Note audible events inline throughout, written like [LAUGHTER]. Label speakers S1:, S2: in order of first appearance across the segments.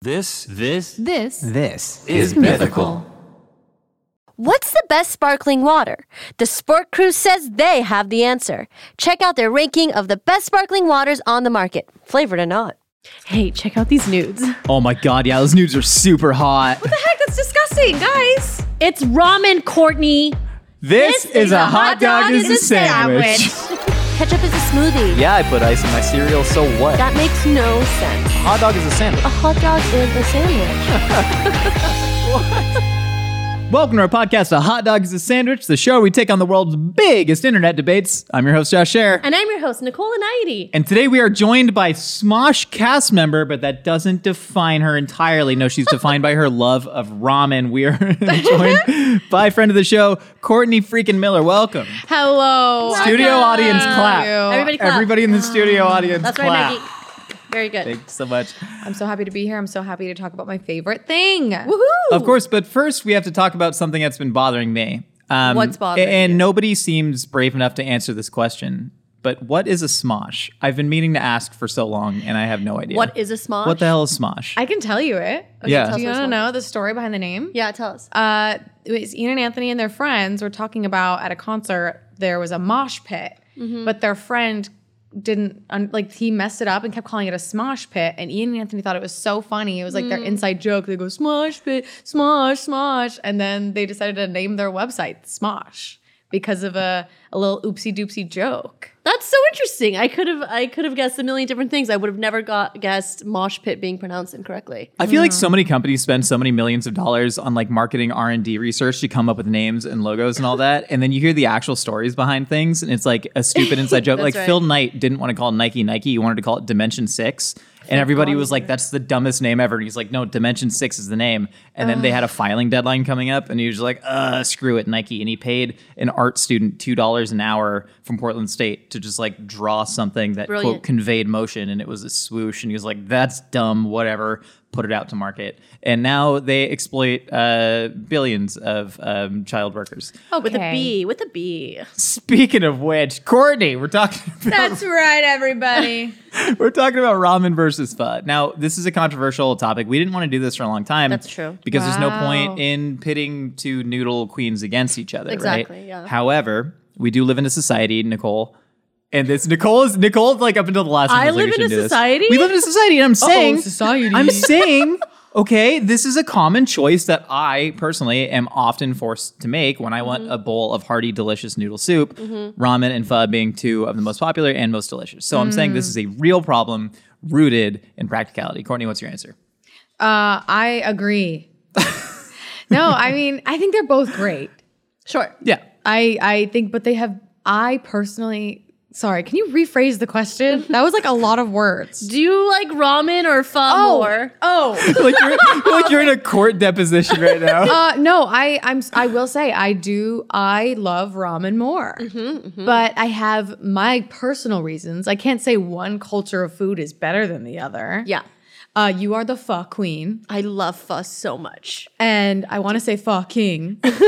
S1: This, this
S2: This
S3: This
S1: is mythical.
S4: What's the best sparkling water? The Sport Crew says they have the answer. Check out their ranking of the best sparkling waters on the market, flavored or not.
S2: Hey, check out these nudes.
S3: Oh my god, yeah, those nudes are super hot.
S2: Heck, that's disgusting, guys. It's ramen, Courtney.
S3: This, is a hot dog,
S2: dog
S3: is
S2: is a sandwich.
S4: Ketchup is a smoothie.
S3: yeah, I put ice in my cereal, so what?
S4: That makes no sense.
S3: Hot dog is a sandwich.
S4: A hot dog is a sandwich.
S3: Welcome to our podcast, A Hot Dog is a Sandwich, the show where we take on the world's biggest internet debates. I'm your host, Josh Scher.
S2: [LAUGHS] And I'm your host, Nicole Anaiti.
S3: And today we are joined by Smosh cast member, but that doesn't define her entirely. No, she's defined by her love of ramen. We are [LAUGHS] joined by friend of the show, Courtney freaking Miller. Welcome.
S2: Hello.
S3: Studio audience clap.
S2: Everybody clap.
S3: Everybody in the studio audience
S2: That's
S3: clap.
S2: right, Maggie. Very good.
S3: Thanks so much.
S5: I'm so happy to be here. I'm so happy to talk about my favorite thing.
S2: Woohoo!
S3: Of course, but first we have to talk about something that's been bothering me. Um,
S5: What's bothering
S3: a- And
S5: you?
S3: nobody seems brave enough to answer this question. But what is a smosh? I've been meaning to ask for so long, and I have no idea.
S2: What is a smosh?
S3: What the hell is smosh?
S5: I can tell you it.
S3: Yeah. tell us
S5: Do you
S4: what
S5: want
S4: it's
S5: to know the story behind the name?
S4: Yeah, tell us.
S5: Uh, it was Ian and Anthony and their friends were talking about at a concert. There was a mosh pit, but their friend didn't un- like he messed it up and kept calling it a smosh pit. And Ian and Anthony thought it was so funny. It was like their inside joke. They go smosh pit, smosh, smosh, and then they decided to name their website Smosh because of a, a little oopsie doopsie joke.
S2: That's so interesting. I could have I could have guessed a million different things. I would have never got guessed mosh pit being pronounced incorrectly.
S3: I feel like
S2: Hmm.
S3: so many companies spend so many millions of dollars on like marketing R and D research to come up with names and logos and all
S2: [LAUGHS]
S3: that, and then you hear the actual stories behind things, and it's like a
S2: [LAUGHS]
S3: stupid inside joke. like
S2: That's right.
S3: Phil Knight didn't want to call it Nike Nike; he wanted to call it Dimension Six, and everybody was like, "That's the dumbest name ever." And he's like, "No, Dimension Six is the name." And then they had a filing deadline coming up, and he was like, "Uh, screw it, Nike." And he paid an art student two dollars an hour from Portland State to just like draw something that
S2: Brilliant.
S3: quote conveyed motion and it was a swoosh and he was like that's dumb whatever put it out to market and now they exploit uh, billions of um, child workers
S2: Oh, With a
S5: Okay.
S2: B, with a B.
S3: speaking of which courtney we're
S2: [LAUGHS]
S3: talking
S5: That's right, everybody.
S3: we're talking about ramen versus pho now this is a controversial topic we didn't want to do this for a long time
S2: That's true.
S3: because there's no
S5: Wow.
S3: point in pitting two noodle queens against each other
S2: Exactly,
S3: right
S2: yeah.
S3: however we do live in a society nicole and this Nicole is Nicole's like up until the last. one
S2: I
S3: was like, "We
S2: live in a
S3: shouldn't do this."
S2: society?
S3: We live in a society, and I'm saying
S2: [LAUGHS]
S5: society.
S3: I'm saying, okay, this is a common choice that I personally am often forced to make when I want
S2: Mm-hmm.
S3: a bowl of hearty, delicious noodle soup, ramen and pho being two of the most popular and most delicious. So I'm saying
S2: Mm.
S3: this is a real problem rooted in practicality. Courtney, what's your answer?
S5: Uh, I
S2: [LAUGHS]
S5: agree. no, I mean, I think they're both great.
S2: Sure.
S3: Yeah. [LAUGHS]
S5: I, I think, but they have, I personally, sorry, can you rephrase
S2: [LAUGHS]
S5: the question? That was like a lot of words.
S2: Do you like ramen or pho more?
S5: Oh,
S3: like, you're, like you're in a court deposition right
S2: [LAUGHS]
S3: now.
S5: uh, no, I, I'm, I will say I do, I love ramen more,
S2: Mm-hmm,
S5: but I have my personal reasons. I can't say one culture of food is better than the other.
S2: Yeah.
S5: Uh, you are the pho queen.
S2: I love pho so much.
S5: and I want to say fucking because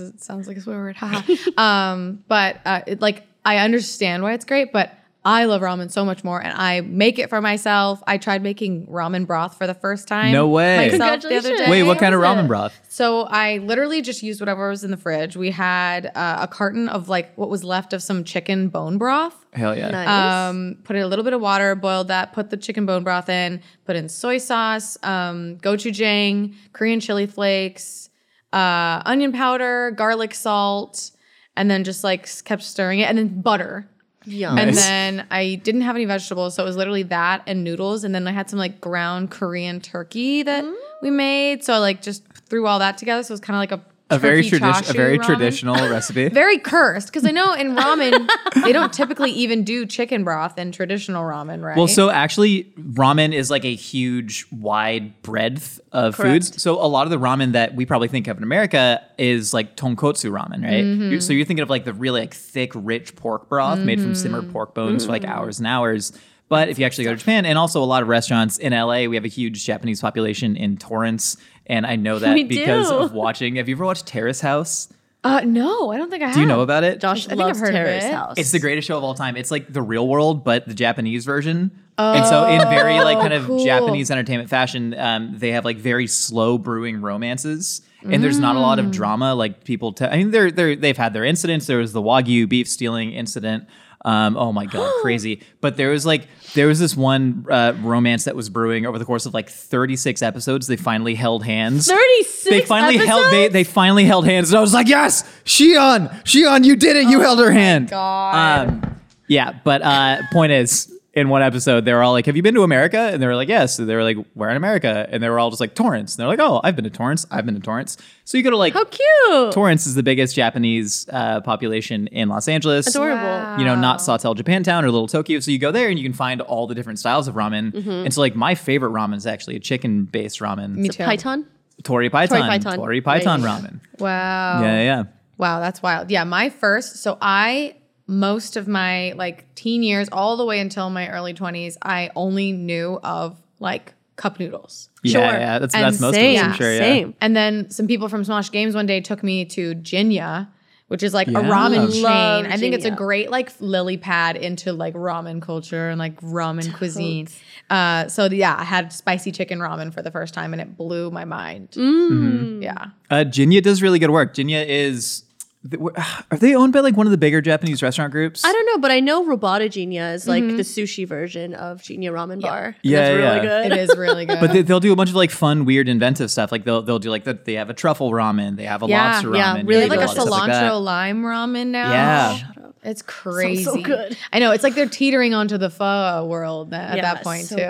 S5: it sounds like a swear word. haha. [LAUGHS] um, but uh, it, like I understand why it's great, but I love ramen so much more, and I make it for myself. I tried making ramen broth for the first time.
S3: No way.
S5: Myself the other
S2: Congratulations.
S5: day.
S3: Wait, what kind of
S2: What was
S3: ramen
S2: it?
S3: broth?
S5: So I literally just used whatever was in the fridge. We had uh, a carton of like what was left of some chicken bone broth.
S3: Hell yeah.
S2: Nice.
S5: Um, put in a little bit of water, boiled that, put the chicken bone broth in, put in soy sauce, um, gochujang, Korean chili flakes, uh, onion powder, garlic salt, and then just like s- kept stirring it, and then butter.
S2: Yum.
S5: And
S3: Nice.
S5: then I didn't have any vegetables, so it was literally that and noodles. And then I had some like ground Korean turkey that
S3: Mm.
S5: we made. So I like just threw all that together. So it was kind of like a
S3: A very
S5: turkey
S3: traditional, a
S5: chashu
S3: very
S5: ramen
S3: traditional
S2: [LAUGHS]
S3: recipe.
S5: very cursed because I know [LAUGHS] in ramen they don't typically even do chicken broth in traditional ramen, right?
S3: Well, so actually, ramen is like a huge, wide breadth of foods. So a lot of the ramen that we probably think of in America is like tonkotsu ramen, right?
S2: Mm-hmm.
S3: You're- So you're thinking of like the really like thick, rich pork broth made from
S2: Mm-hmm.
S3: simmered pork bones for like hours and hours. But if you actually go to Japan, and also a lot of restaurants in LA, we have a huge Japanese population in Torrance, and I know that
S2: [LAUGHS] We
S3: because
S2: do.
S3: of watching. Have you ever watched Terrace House?
S5: uh, no, I don't think I have.
S3: Do you know about it?
S2: Josh
S5: I think I've
S2: loves
S5: heard of
S2: Terrace
S5: it.
S2: House.
S3: It's the greatest show of all time. It's like the real world, but the Japanese version. and so in very like kind of
S5: cool.
S3: Japanese entertainment fashion, um, they have like very slow brewing romances, and there's not a lot of drama. Like people, te- I mean, they're they are they've had their incidents. There was the wagyu beef stealing incident. Um, oh my god, crazy! But there was like there was this one uh, romance that was brewing over the course of like 36 episodes. They finally held hands.
S2: 36
S3: They finally held they
S2: episodes?
S3: they finally held hands, and I was like, yes, Shion, Shion, you did it.
S2: Oh
S3: You held her hand.
S5: God.
S3: Um, yeah, but uh, point is, in one episode, they were all like, "Have you been to America?" And they were like, "Yes." And they were like, "Where in America?" And they were all just like Torrance. And they're like, "Oh, I've been to Torrance. I've been to Torrance." So you go to like
S2: How cute.
S3: Torrance is the biggest Japanese uh, population in Los Angeles.
S2: Adorable.
S3: You know, not Sawtell Japantown or Little Tokyo. So you go there and you can find all the different styles of ramen.
S2: Mm-hmm.
S3: And so, like, my favorite ramen is actually a chicken based ramen.
S5: Me
S2: Is it
S5: too.
S2: Python?
S3: Tori Python.
S2: Python.
S3: Tori Python
S2: Right.
S3: ramen.
S2: Oh.
S5: Wow.
S3: Yeah, yeah.
S5: Wow, that's wild. Yeah, my first. So I most of my like teen years, all the way until my early twenties, I only knew of like cup noodles.
S3: Yeah,
S2: Sure.
S3: yeah. That's,
S5: And
S3: that's most
S2: same,
S3: of us, I'm sure. Yeah.
S2: same.
S5: And then some people from Smosh Games one day took me to Jinya, which is like
S3: Yeah.
S5: a ramen
S3: Love
S5: chain. I think it's a
S2: Jinya.
S5: great like lily pad into like ramen culture and like ramen cuisine. Uh, so yeah, I had spicy chicken ramen for the first time and it blew my mind.
S3: Mm.
S2: Mm-hmm.
S5: Yeah.
S3: Uh, Jinya does really good work. Jinya is. th- wh- [SIGHS] Are they owned by like one of the bigger Japanese restaurant groups?
S2: I don't know, but I know Robotagenia is
S5: Mm-hmm.
S2: like the sushi version of Genia Ramen Bar. and
S3: Yeah,
S2: that's
S3: yeah.
S2: really good.
S5: It is really
S3: [LAUGHS]
S5: good.
S3: but they, they'll do a bunch of like fun, weird, inventive stuff. Like they'll they'll do like the, they have a truffle ramen, they have a
S5: Yeah,
S3: lobster ramen,
S2: yeah,
S3: you know,
S2: really
S5: They
S3: they
S5: have like
S3: do
S5: a
S3: lot of stuff like
S5: cilantro
S3: that.
S5: lime ramen now.
S3: Yeah.
S5: It's crazy.
S2: so good.
S5: I know. It's like they're teetering onto the pho world at
S2: Yeah,
S5: that point
S2: so
S5: too.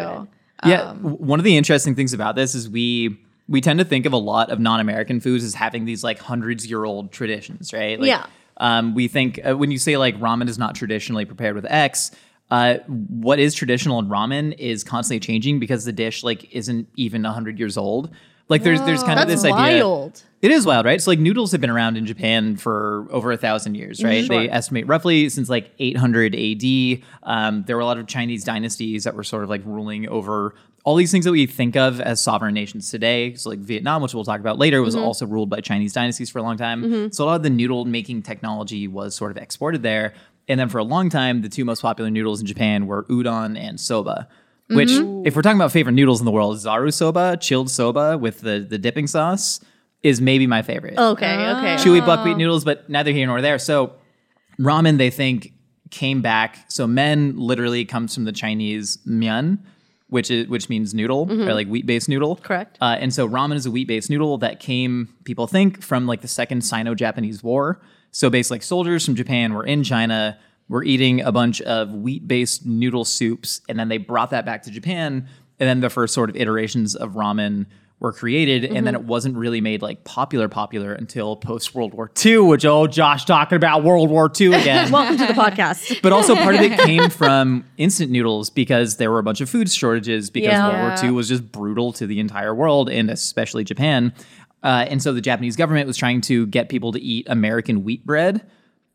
S2: good.
S3: Yeah,
S2: Um,
S3: w- one of the interesting things about this is we we tend to think of a lot of non-American foods as having these like hundreds year old traditions, right? Like,
S2: Yeah.
S3: Um, we think uh, when you say like ramen is not traditionally prepared with X, uh, what is traditional in ramen is constantly changing because the dish like isn't even hundred years old. Like there's there's kind
S2: That's
S3: of this idea.
S2: wild.
S3: It is wild, right? So like noodles have been around in Japan for over a thousand years, right? They estimate roughly since like 800 AD. Um, there were a lot of Chinese dynasties that were sort of like ruling over all these things that we think of as sovereign nations today. So like Vietnam, which we'll talk about later, was also ruled by Chinese dynasties for a long time. So a lot of the noodle making technology was sort of exported there. And then for a long time, the two most popular noodles in Japan were udon and soba. Which, if we're talking about favorite noodles in the world, zaru soba, chilled soba with the, the dipping sauce, is maybe my favorite.
S2: Okay,
S5: Ah.
S2: okay.
S3: Chewy buckwheat noodles, but neither here nor there. So ramen, they think, came back. So men literally comes from the Chinese mian, which is which means noodle or like wheat based noodle.
S2: Correct.
S3: Uh, and so ramen is a wheat based noodle that came, people think, from like the second Sino Japanese War. So basically, like soldiers from Japan were in China. were eating a bunch of wheat based noodle soups, and then they brought that back to Japan. And then the first sort of iterations of ramen were created, and then it wasn't really made like popular popular until post World War II, which oh Josh talking about World War II again.
S2: Welcome to the
S5: [LAUGHS]
S2: podcast.
S3: but also part of it came from instant noodles because there were a bunch of food shortages because
S2: Yeah.
S3: World War II was just brutal to the entire world and especially Japan. Uh, and so the Japanese government was trying to get people to eat American wheat bread.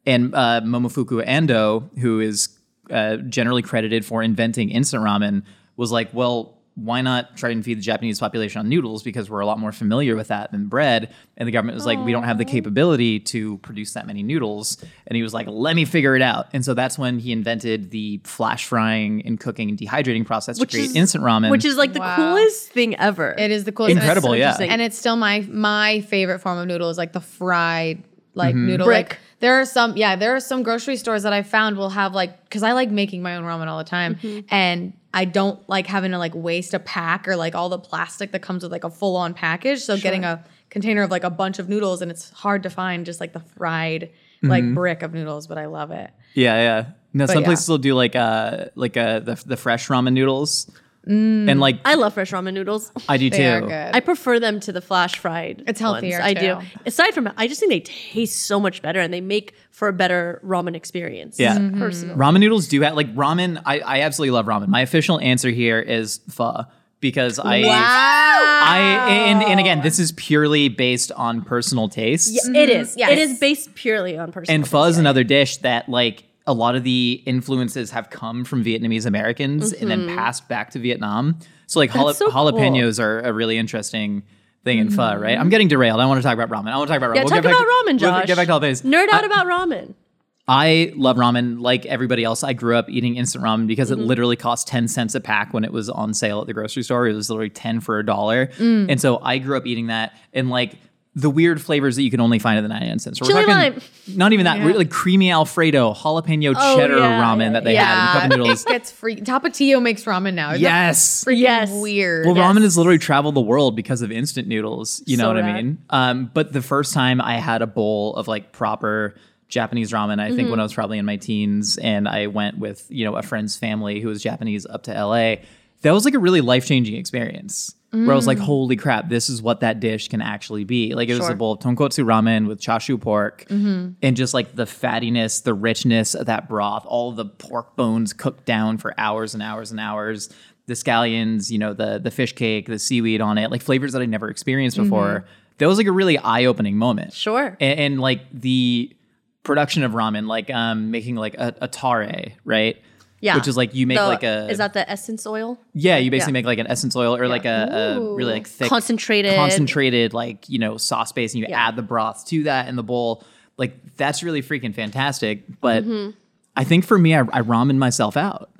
S3: And uh, Momofuku Ando, who is uh, generally credited for inventing instant ramen, was like, well, why not try and feed the Japanese population on noodles because we're a lot more familiar with that than bread? And the government was like, we don't have the capability to produce that many noodles. And he was like, let me figure it out. And so that's when he invented the flash frying and cooking and dehydrating process
S2: Which
S3: to create
S2: is-
S3: instant ramen.
S2: Which is like the
S5: Wow.
S2: coolest thing ever.
S5: It is the coolest.
S3: Incredible,
S5: and it's,
S3: yeah.
S5: And it's still my my favorite form of noodle is like the fried like
S3: Mm-hmm.
S5: noodle.
S2: Brick.
S5: Like there are some yeah, there are some grocery stores that I found will have like because I like making my own ramen all the time
S2: Mm-hmm.
S5: and I don't like having to like waste a pack or like all the plastic that comes with like a full on package. So getting a container of like a bunch of noodles and it's hard to find just like the fried like
S3: Mm-hmm.
S5: brick of noodles, but I love it.
S3: Yeah, yeah. No, some
S5: yeah.
S3: places will do like uh like uh the, the fresh ramen noodles, and like I,
S2: I love fresh ramen
S5: [LAUGHS]
S2: noodles.
S3: do
S5: Mm. They are
S3: too.
S5: good. [LAUGHS]
S2: I prefer them to the flash fried.
S5: It's healthier,
S2: ones. I do.
S5: too.
S2: Aside from, I just think they taste so much better, and they make for a better ramen experience.
S3: Yeah.
S5: Mm-hmm.
S2: personally.
S3: Ramen noodles do have like ramen. I, I absolutely love ramen. My official answer here is pho because I
S5: Ah,
S3: I and and again this is purely based on personal tastes.
S2: It is.
S5: Yes.
S2: It is based purely on personal.
S3: And pho is another dish that like a lot of the influences have come from Vietnamese Americans and then passed back to Vietnam. So like jala-
S2: Mm-hmm. so cool. Mm-hmm.
S3: jalapenos are a really interesting thing in pho, right? I'm getting derailed. I want to talk about ramen. I want to talk about ramen.
S2: Yeah,
S3: We'll
S2: talk
S3: get back
S2: about
S3: to-
S2: ramen,
S3: we'll
S2: Josh.
S3: get back to jalapenos.
S2: Nerd out
S3: Uh,
S2: about ramen.
S3: I love ramen like everybody else. I grew up eating instant ramen because
S2: Mm-hmm.
S3: it literally cost 10 cents a pack when it was on sale at the grocery store. It was literally 10 for a dollar.
S2: Mm.
S3: And so I grew up eating that and like the weird flavors that you can only find at the 99 cents. So
S2: Chili lime.
S3: Not even that, like creamy Alfredo, jalapeno
S2: Oh,
S3: cheddar
S2: yeah,
S3: ramen
S2: yeah,
S3: that they had in cup
S2: [LAUGHS]
S5: it
S3: noodles.
S5: gets free. Tapatio makes ramen now. Isn't that
S3: yes.
S5: freaking
S2: Yes.
S5: Weird.
S3: Well, ramen has literally traveled the world because of instant noodles. You know
S2: So
S3: what I
S2: rad.
S3: mean? Um, but the first time I had a bowl of like proper Japanese ramen, I
S2: Mm-hmm.
S3: think when I was probably in my teens, and I went with you know a friend's family who was Japanese up to LA. That was like a really life changing experience. Where I was
S2: Mm.
S3: like, holy crap, this is what that dish can actually be. Like, it was a bowl of tonkotsu ramen with chashu pork
S2: Mm-hmm.
S3: and just like the fattiness, the richness of that broth, all the pork bones cooked down for hours and hours and hours the scallions, you know, the the fish cake, the seaweed on it, like flavors that I never experienced before. That was like a really eye opening moment.
S2: Mm-hmm. Sure.
S3: And, and like the production of ramen, like um making like a, a tare, right?
S2: Yeah.
S3: Which is like you make
S2: The-
S3: like a
S2: Is that the essence oil?
S3: yeah, you basically
S2: yeah.
S3: make like an essence oil or like a, a really like thick
S2: Concentrated.
S3: concentrated like you know sauce base, and you
S2: Yeah.
S3: add the broth to that in the bowl. Like that's really freaking fantastic. But
S2: Mm-hmm.
S3: I think for me, I, I ramen myself out.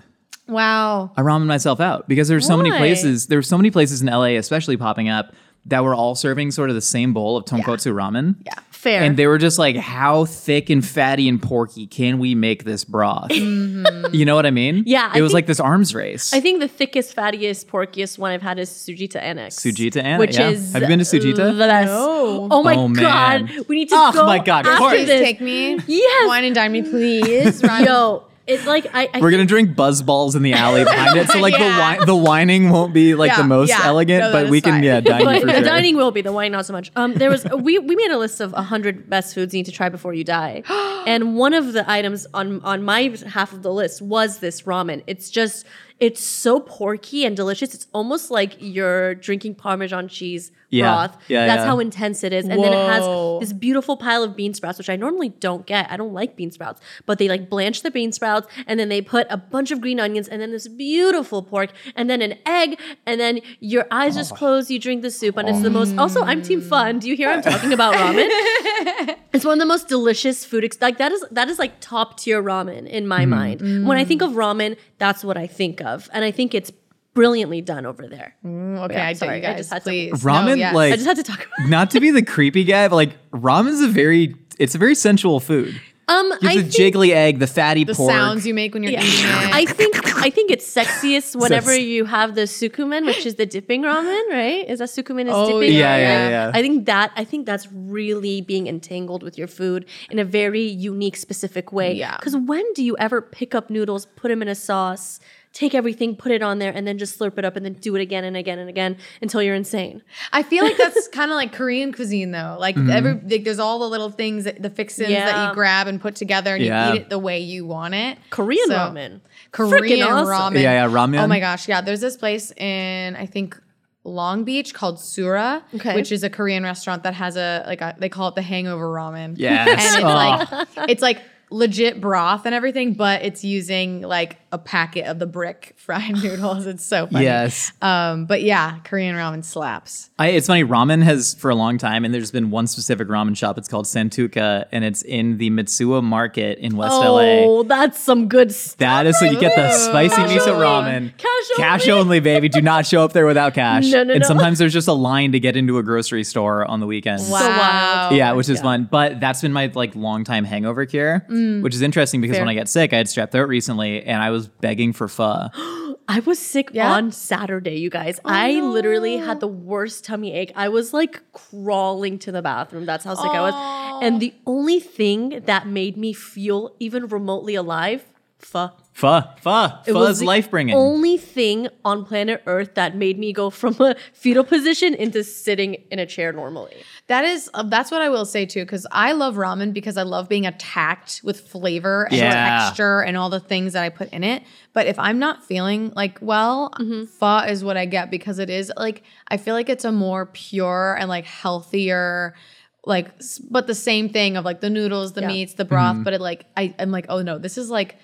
S5: wow.
S3: I ramen myself out because there's so many
S2: Why?
S3: places. There were so many places in LA, especially popping up, that were all serving sort of the same bowl of tonkotsu ramen. Yeah.
S2: Fair.
S3: And they were just like, how thick and fatty and porky can we make this broth? You know what I mean?
S2: Yeah,
S3: It
S2: I
S3: was
S2: think-
S3: like this arms race.
S2: I think the thickest, fattiest, porkiest one I've had is Sujita Annex.
S3: Sujita Annex,
S2: Which
S3: yeah.
S2: is
S3: Have you been to Sujita?
S2: The best.
S5: No.
S2: Oh my
S3: Oh, man.
S2: god. We need to
S3: Oh,
S2: go
S3: my God, of course.
S2: after
S5: Please
S2: this.
S5: take me.
S2: Yes.
S5: Wine and dine me, please. Ramen.
S2: [LAUGHS] Yo, it's like I, I
S3: we're
S2: think-
S3: gonna drink buzz balls in the alley behind it, so like
S5: Yeah.
S3: the whi- the whining won't be like
S5: Yeah,
S3: the most
S5: yeah.
S3: elegant,
S5: No, that
S3: but
S5: is
S3: we can
S5: fine.
S3: yeah dine
S2: but
S3: for
S2: the
S3: sure.
S2: dining will be the wine not so much. Um, there was we we made a list of hundred best foods you need to try before you die, and one of the items on on my half of the list was this ramen. It's just it's so porky and delicious. It's almost like you're drinking Parmesan cheese
S3: Yeah.
S2: broth.
S3: Yeah,
S2: That's
S3: yeah.
S2: how intense it is, and then it
S5: Whoa.
S2: has this beautiful pile of bean sprouts, which I normally don't get. I don't like bean sprouts, but they like blanch the bean sprouts and then they put a bunch of green onions and then this beautiful pork and then an egg and then your eyes just close. You drink the soup and it's the most. Also, I'm team fun. Do you hear I'm talking about ramen? it's one of the most delicious food. Ex- like that is that is like top tier ramen in my mind. When I think of ramen, that's what I think of, and I think it's brilliantly done over there.
S5: Mm, Okay,
S2: Yeah,
S5: I
S2: sorry,
S5: did.
S2: I
S5: You guys,
S2: just had to-
S5: please.
S3: Ramen,
S5: No, yes.
S3: like-
S2: I just had to talk about.
S3: Not to be the creepy guy, but like ramen's a very it's a very sensual food.
S2: Um,
S3: You
S2: I
S3: have the
S2: think-
S3: jiggly egg, the fatty
S5: the
S3: pork.
S5: sounds you make when you're
S2: Yeah.
S5: eating it.
S2: I think I think it's
S5: [LAUGHS]
S2: sexiest whenever
S3: Sus.
S2: you have the sukumen, which is the dipping ramen, right? Is that sukumen is
S5: Oh,
S2: dipping?
S5: yeah,
S2: ramen?
S5: yeah,
S3: yeah.
S2: I think that I think that's really being entangled with your food in a very unique, specific way.
S5: Yeah.
S2: Because when do you ever pick up noodles, put them in a sauce, take everything, put it on there, and then just slurp it up, and then do it again and again and again until you're insane?
S5: I feel like that's [LAUGHS] kind of like Korean cuisine though. Like
S3: Mm-hmm.
S5: every like there's all the little things that the fixins that
S2: Yeah.
S5: you grab and put together and
S3: Yeah.
S5: you eat it the way you want it.
S2: Korean
S5: So-
S2: ramen.
S5: Korean
S2: Freaking awesome.
S5: ramen.
S3: Yeah, yeah, ramen.
S5: Oh my gosh, yeah. There's this place in I think Long Beach called Sura,
S2: Okay.
S5: which is a Korean restaurant that has a like a, they call it the hangover ramen.
S3: Yes.
S5: and it's
S3: Oh.
S5: like it's like legit broth and everything, but it's using like a packet of the brick fried [LAUGHS] noodles. It's so funny.
S3: Yes.
S5: Um, but yeah, Korean ramen slaps.
S3: I, it's funny. Ramen has for a long time, and there's been one specific ramen shop. It's called Santuka, and it's in the Mitsuo Market in West LA.
S2: Oh, that's some good stuff.
S3: That is so you get the spicy miso ramen.
S2: Cash
S3: Cash
S2: only.
S3: only, baby. Do not show up there without cash.
S2: No, no,
S3: and
S2: no.
S3: sometimes there's just a line to get into a grocery store on the weekends.
S2: So wild.
S3: Yeah, which is fun. But that's been my like longtime hangover cure,
S2: Mm.
S3: which is interesting because when I get sick, I had strep throat recently, and I was begging for pho. [GASPS]
S2: I was sick
S5: Yeah?
S2: on Saturday, you guys. I literally had the worst tummy ache. I was like crawling to the bathroom. That's how sick I was. And the only thing that made me feel even remotely alive, pho.
S3: Pho, pho,
S2: It
S3: pho
S2: was
S3: is
S2: the
S3: life bringing.
S2: Only thing on planet Earth that made me go from a fetal position into sitting in a chair normally.
S5: That is uh, that's what I will say too, because I love ramen because I love being attacked with flavor and
S3: Yeah.
S5: texture and all the things that I put in it. But if I'm not feeling like well,
S2: Mm-hmm.
S5: pho is what I get because it is like I feel like it's a more pure and like healthier. Like, s- but the same thing of like the noodles, the
S2: Yeah.
S5: meats, the
S3: Mm-hmm.
S5: broth, but it like I, I'm like, oh no, this is like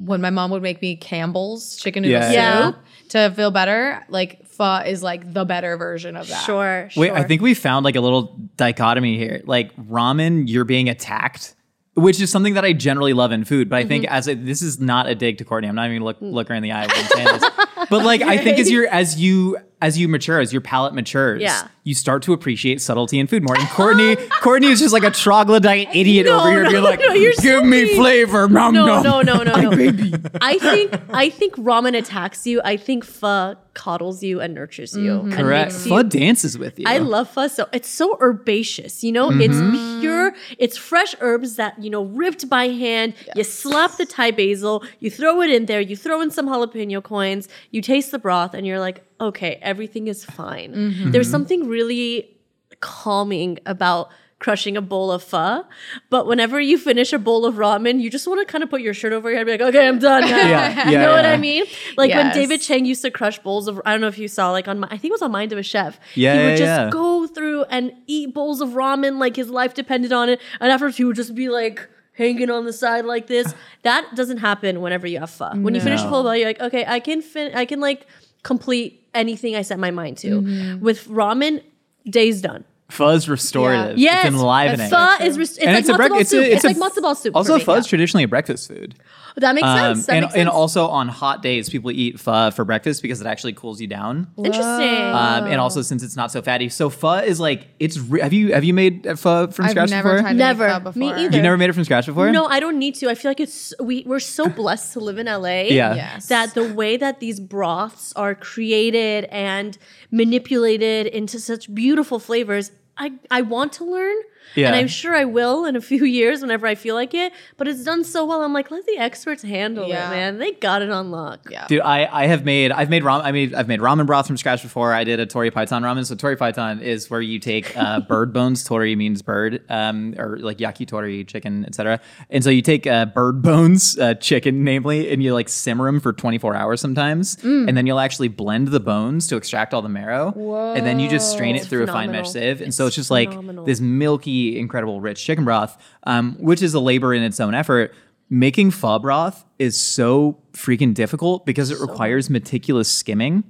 S5: when my mom would make me Campbell's chicken noodle
S3: Yeah.
S2: Yeah.
S5: soup to feel better. Like, pho is like the better version of that.
S2: Sure, sure.
S3: Wait, I think we found like a little dichotomy here. Like ramen, you're being attacked, which is something that I generally love in food. But I
S2: Mm-hmm.
S3: think as a, this is not a dig to Courtney, I'm not even gonna
S2: Mm.
S3: look look her in the eye when I'm
S2: [LAUGHS]
S3: saying this. But like I think as you as you as you mature, as your palate matures,
S2: Yeah.
S3: you start to appreciate subtlety in food more.
S2: [LAUGHS]
S3: And Courtney, Courtney is just like a troglodyte idiot
S2: No,
S3: over here,
S2: no,
S3: being like,
S2: no, you're so
S3: "Give me
S2: mean."
S3: flavor, nom
S2: No,
S3: nom."
S2: no, no,
S3: [LAUGHS]
S2: no,
S3: Like,
S2: no.
S3: baby.
S2: I think I think ramen attacks you. I think pho coddles you and nurtures you. and
S3: Correct.
S2: makes you-
S3: Pho dances with you. Mm-hmm.
S2: I love pho so it's so herbaceous, you know? It's pure, it's fresh herbs that, you know, ripped by hand. You slap the Thai basil, you throw it in there, you throw in some jalapeno coins, you taste the broth, and you're like, okay, everything is fine.
S3: Mm-hmm.
S2: There's something really calming about crushing a bowl of pho. But whenever you finish a bowl of ramen, you just want to kind of put your shirt over your head and be like, okay, I'm done [LAUGHS]
S3: [LAUGHS]
S2: now.
S3: Yeah,
S2: you
S3: yeah,
S2: know what
S3: yeah.
S2: I mean? Like when
S5: Yes.
S2: David Chang used to crush bowls of, I don't know if you saw, like on, my, I think it was on Mind of a Chef.
S3: Yeah,
S2: He would
S3: yeah,
S2: just
S3: yeah.
S2: go through and eat bowls of ramen like his life depended on it. And afterwards, he would just be like, Hanging on the side
S3: [SIGHS]
S2: like this, that doesn't happen whenever you have pho. When you finish a
S3: No.
S2: whole bowl, you're like, okay, I can fin- I can like complete anything I set my mind to.
S3: Mm-hmm.
S2: With ramen, day's done.
S3: Pho is restorative.
S2: Yes,
S3: it's enlivening.
S2: Pho is res- it's like matzo
S3: break-
S2: ball soup. It's,
S3: a-
S2: like matzo ball soup.
S3: Also,
S2: for me.
S3: pho is traditionally a breakfast food.
S2: That makes
S3: Um,
S2: sense. That
S3: and,
S2: makes sense.
S3: and also on hot days, people eat pho for breakfast because it actually cools you down.
S2: interesting.
S3: Um, and also since it's not so fatty, so pho is like it's. Re- have you have you made pho from
S5: I've
S3: scratch
S5: never
S3: before?
S5: tried to
S2: Never.
S5: make pho
S2: Me
S5: before. [LAUGHS]
S2: either.
S3: You never made it from scratch before?
S2: no, I don't need to. I feel like it's we
S3: [LAUGHS]
S2: we're so blessed to live in LA.
S3: Yeah.
S5: Yes.
S2: That the way that these broths are created and manipulated into such beautiful flavors, I I want to learn.
S3: Yeah.
S2: And I'm sure I will in a few [LAUGHS] years whenever I feel like it. But it's done so well. I'm like, let the experts handle
S5: Yeah.
S2: it, man. They got it on lock.
S5: Yeah.
S3: Dude, I, I have made I've made ramen I made I've made ramen broth from scratch before. I did a tori python ramen. So tori python is where you take uh, bird bones. Tori means bird, um, or like yakitori chicken, etc. And so you take uh, bird bones, uh, chicken, namely, and you like simmer them for 24 hours sometimes, and then you'll actually blend the bones to extract all the marrow, and then you just strain it
S2: It's
S3: through a fine mesh
S2: phenomenal.
S3: sieve. And so
S2: It's
S3: it's just like
S2: phenomenal.
S3: this milky, incredible, rich chicken broth, um, which is a labor in its own effort. Making pho broth is so freaking difficult because it requires meticulous skimming.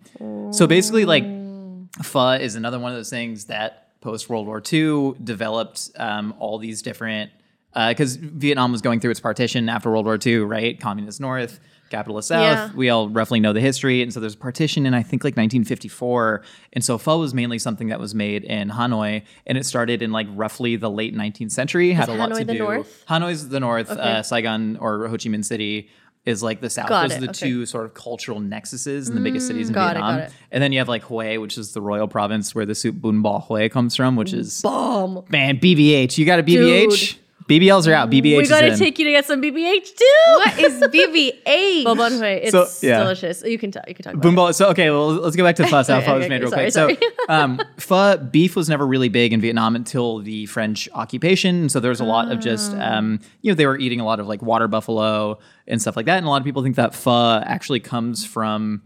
S3: So basically, like pho is another one of those things that post World War II developed um, all these different because Vietnam was going through its partition after World War II, right? Communist North, capitalist South.
S2: Yeah.
S3: We all roughly know the history, and so there's partition in I think like 1954, and so pho was mainly something that was made in Hanoi, and it started in like roughly the late 19th century. Had a lot
S2: Hanoi
S3: to
S2: the
S3: do.
S2: north?
S3: Hanoi's the north, uh, Saigon or Ho Chi Minh City. Is like the south.
S2: Got
S3: Those
S2: it,
S3: are the
S2: okay. Mm,
S3: two sort of cultural nexuses in the biggest cities in
S2: got it,
S3: Vietnam.
S2: got it.
S3: And then you have like Hue, which is the royal province where the soup Bun Ba Hue comes from, which is
S2: Bomb.
S3: man BBH. You got a BBH. BBLs are out. BBH.
S2: we
S3: is
S2: gotta
S3: in.
S2: take you to get some BBH too. [LAUGHS]
S5: What is BBH?
S2: Bobon Hui, it's
S3: So, yeah.
S2: delicious. You can talk. You can talk. About it.
S3: Boomba. So okay, well, let's go back to pho. so How
S2: Sorry,
S3: pho was
S2: [LAUGHS] okay,
S3: made real
S2: sorry,
S3: quick.
S2: sorry.
S3: So, [LAUGHS] um, pho beef was never really big in Vietnam until the French occupation. So there was a lot of just,
S2: Ah.
S3: um, you know, they were eating a lot of like water buffalo and stuff like that. And a lot of people think that pho actually comes from.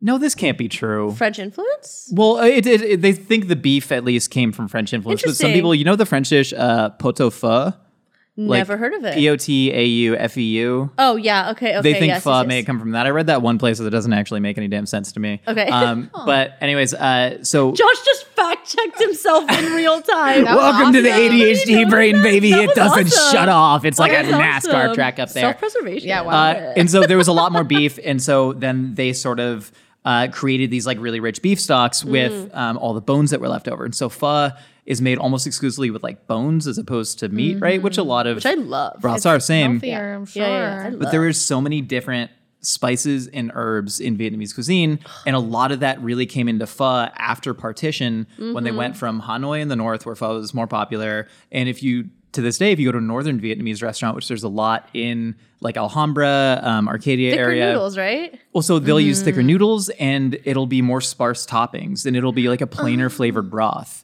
S3: No, this can't be true.
S2: French influence.
S3: Well, uh, it, it, it- they think the beef at least came from French influence, but some
S2: Interesting.
S3: people, you know, the French dish uh, pot au feu. Like,
S2: Never heard of it.
S3: P o t a u f e u.
S2: Oh yeah. Okay. Okay.
S3: They think
S2: yes,
S3: pho
S2: yes, yes.
S3: may come from that. I read that one place that doesn't actually make any damn sense to me.
S2: Okay. [LAUGHS]
S3: Um, but anyways, uh, so
S2: Josh just fact checked himself in real
S5: [LAUGHS]
S2: time.
S5: was
S3: welcome to the
S5: awesome.
S3: ADHD brain, baby.
S2: that
S3: It
S2: was
S3: doesn't
S2: awesome.
S3: shut off. It's like a
S2: That was
S3: NASCAR
S2: awesome.
S3: track up there.
S2: Self-preservation.
S5: Yeah, wow.
S3: Uh, and so there was a lot more beef, and so then they sort of uh, created these like really rich beef stocks
S2: Mm.
S3: with um, all the bones that were left over. And so pho is made almost exclusively with like bones as opposed to meat, right? Which a lot of
S2: Mm. Which I love.
S3: broths are same.
S5: Healthier, I'm sure.
S2: Yeah, yeah, yeah, I
S3: But there is so many different spices and herbs in Vietnamese cuisine, and a lot of that really came into pho after partition when they went from Hanoi in the north, where pho was more popular, and if you to this day, if you go to a northern Vietnamese restaurant, which there's a lot in like Alhambra, um, Arcadia
S2: Thicker
S3: area,
S2: noodles, right?
S3: well, so they'll use
S2: Mm.
S3: thicker noodles and it'll be more sparse toppings and it'll be like a
S2: Oh.
S3: plainer flavored broth.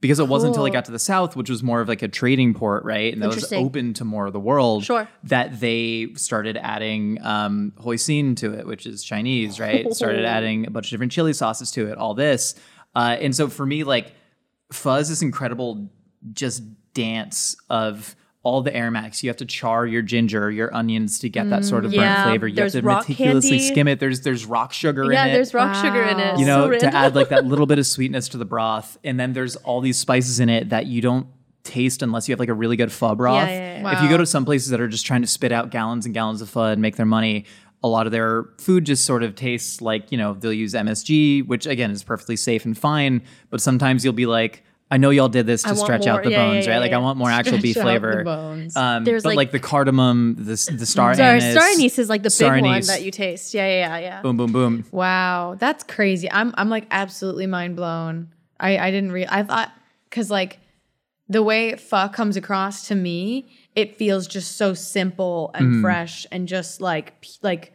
S3: Because it wasn't until they got to the South, which was more of like a trading port, right? And that was
S2: Interesting.
S3: open to more of the world.
S2: Sure.
S3: That they started adding um, hoisin to it, which is Chinese,
S2: [LAUGHS]
S3: right? Started adding a bunch of different chili sauces to it, all this. Uh, and so for me, like, fuzz this incredible just dance of all the aromatics. You have to char your ginger, your onions to get that sort of burnt
S2: yeah.
S3: flavor. You
S2: There's
S3: have to
S2: rock
S3: meticulously
S2: candy.
S3: skim it. There's there's rock sugar
S2: Yeah,
S3: in it.
S2: there's rock sugar in
S5: Wow.
S2: it.
S3: you know, to
S2: so random.
S3: add like that little bit of sweetness to the broth. And then there's all these spices in it that you don't taste unless you have like a really good pho broth.
S2: yeah, yeah.
S3: If you go to some places that are just trying to spit out gallons and gallons of pho and make their money, a lot of their food just sort of tastes like, you know, they'll use MSG, which again is perfectly safe and fine, but sometimes you'll be like, I know y'all did this to
S2: want
S3: stretch
S2: more.
S3: out the
S2: Yeah, yeah,
S3: bones,
S2: yeah,
S3: right? Like
S2: yeah.
S3: I want more actual
S5: Stretch
S3: beef
S5: out the
S3: flavor.
S5: bones.
S3: Um,
S2: There's,
S3: but
S2: like-
S3: like, the cardamom, the, s- the star
S2: Star,
S3: anise,
S2: star anise is like the
S3: star
S2: big
S3: anise.
S2: one that you taste. Yeah, yeah, yeah. yeah.
S3: Boom, boom, boom.
S5: Wow, that's crazy. I'm I'm like absolutely mind blown. I I didn't real I thought because like the way pho comes across to me, it feels just so simple and
S3: Mm-hmm.
S5: fresh and just like p- like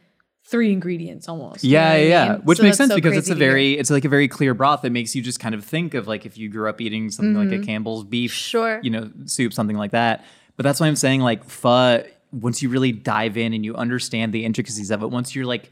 S5: three ingredients almost. You know
S3: Yeah,
S5: what I
S3: yeah, yeah.
S5: mean?
S3: Which
S5: So
S3: makes
S5: that's
S3: sense
S5: so
S3: because it's
S5: crazy
S3: a
S5: to hear.
S3: very, it's like a very clear broth. It makes you just kind of think of like if you grew up eating something
S5: Mm-hmm.
S3: like a Campbell's beef,
S2: Sure.
S3: you know, soup, something like that. But that's why I'm saying like pho. Once you really dive in and you understand the intricacies of it, once your like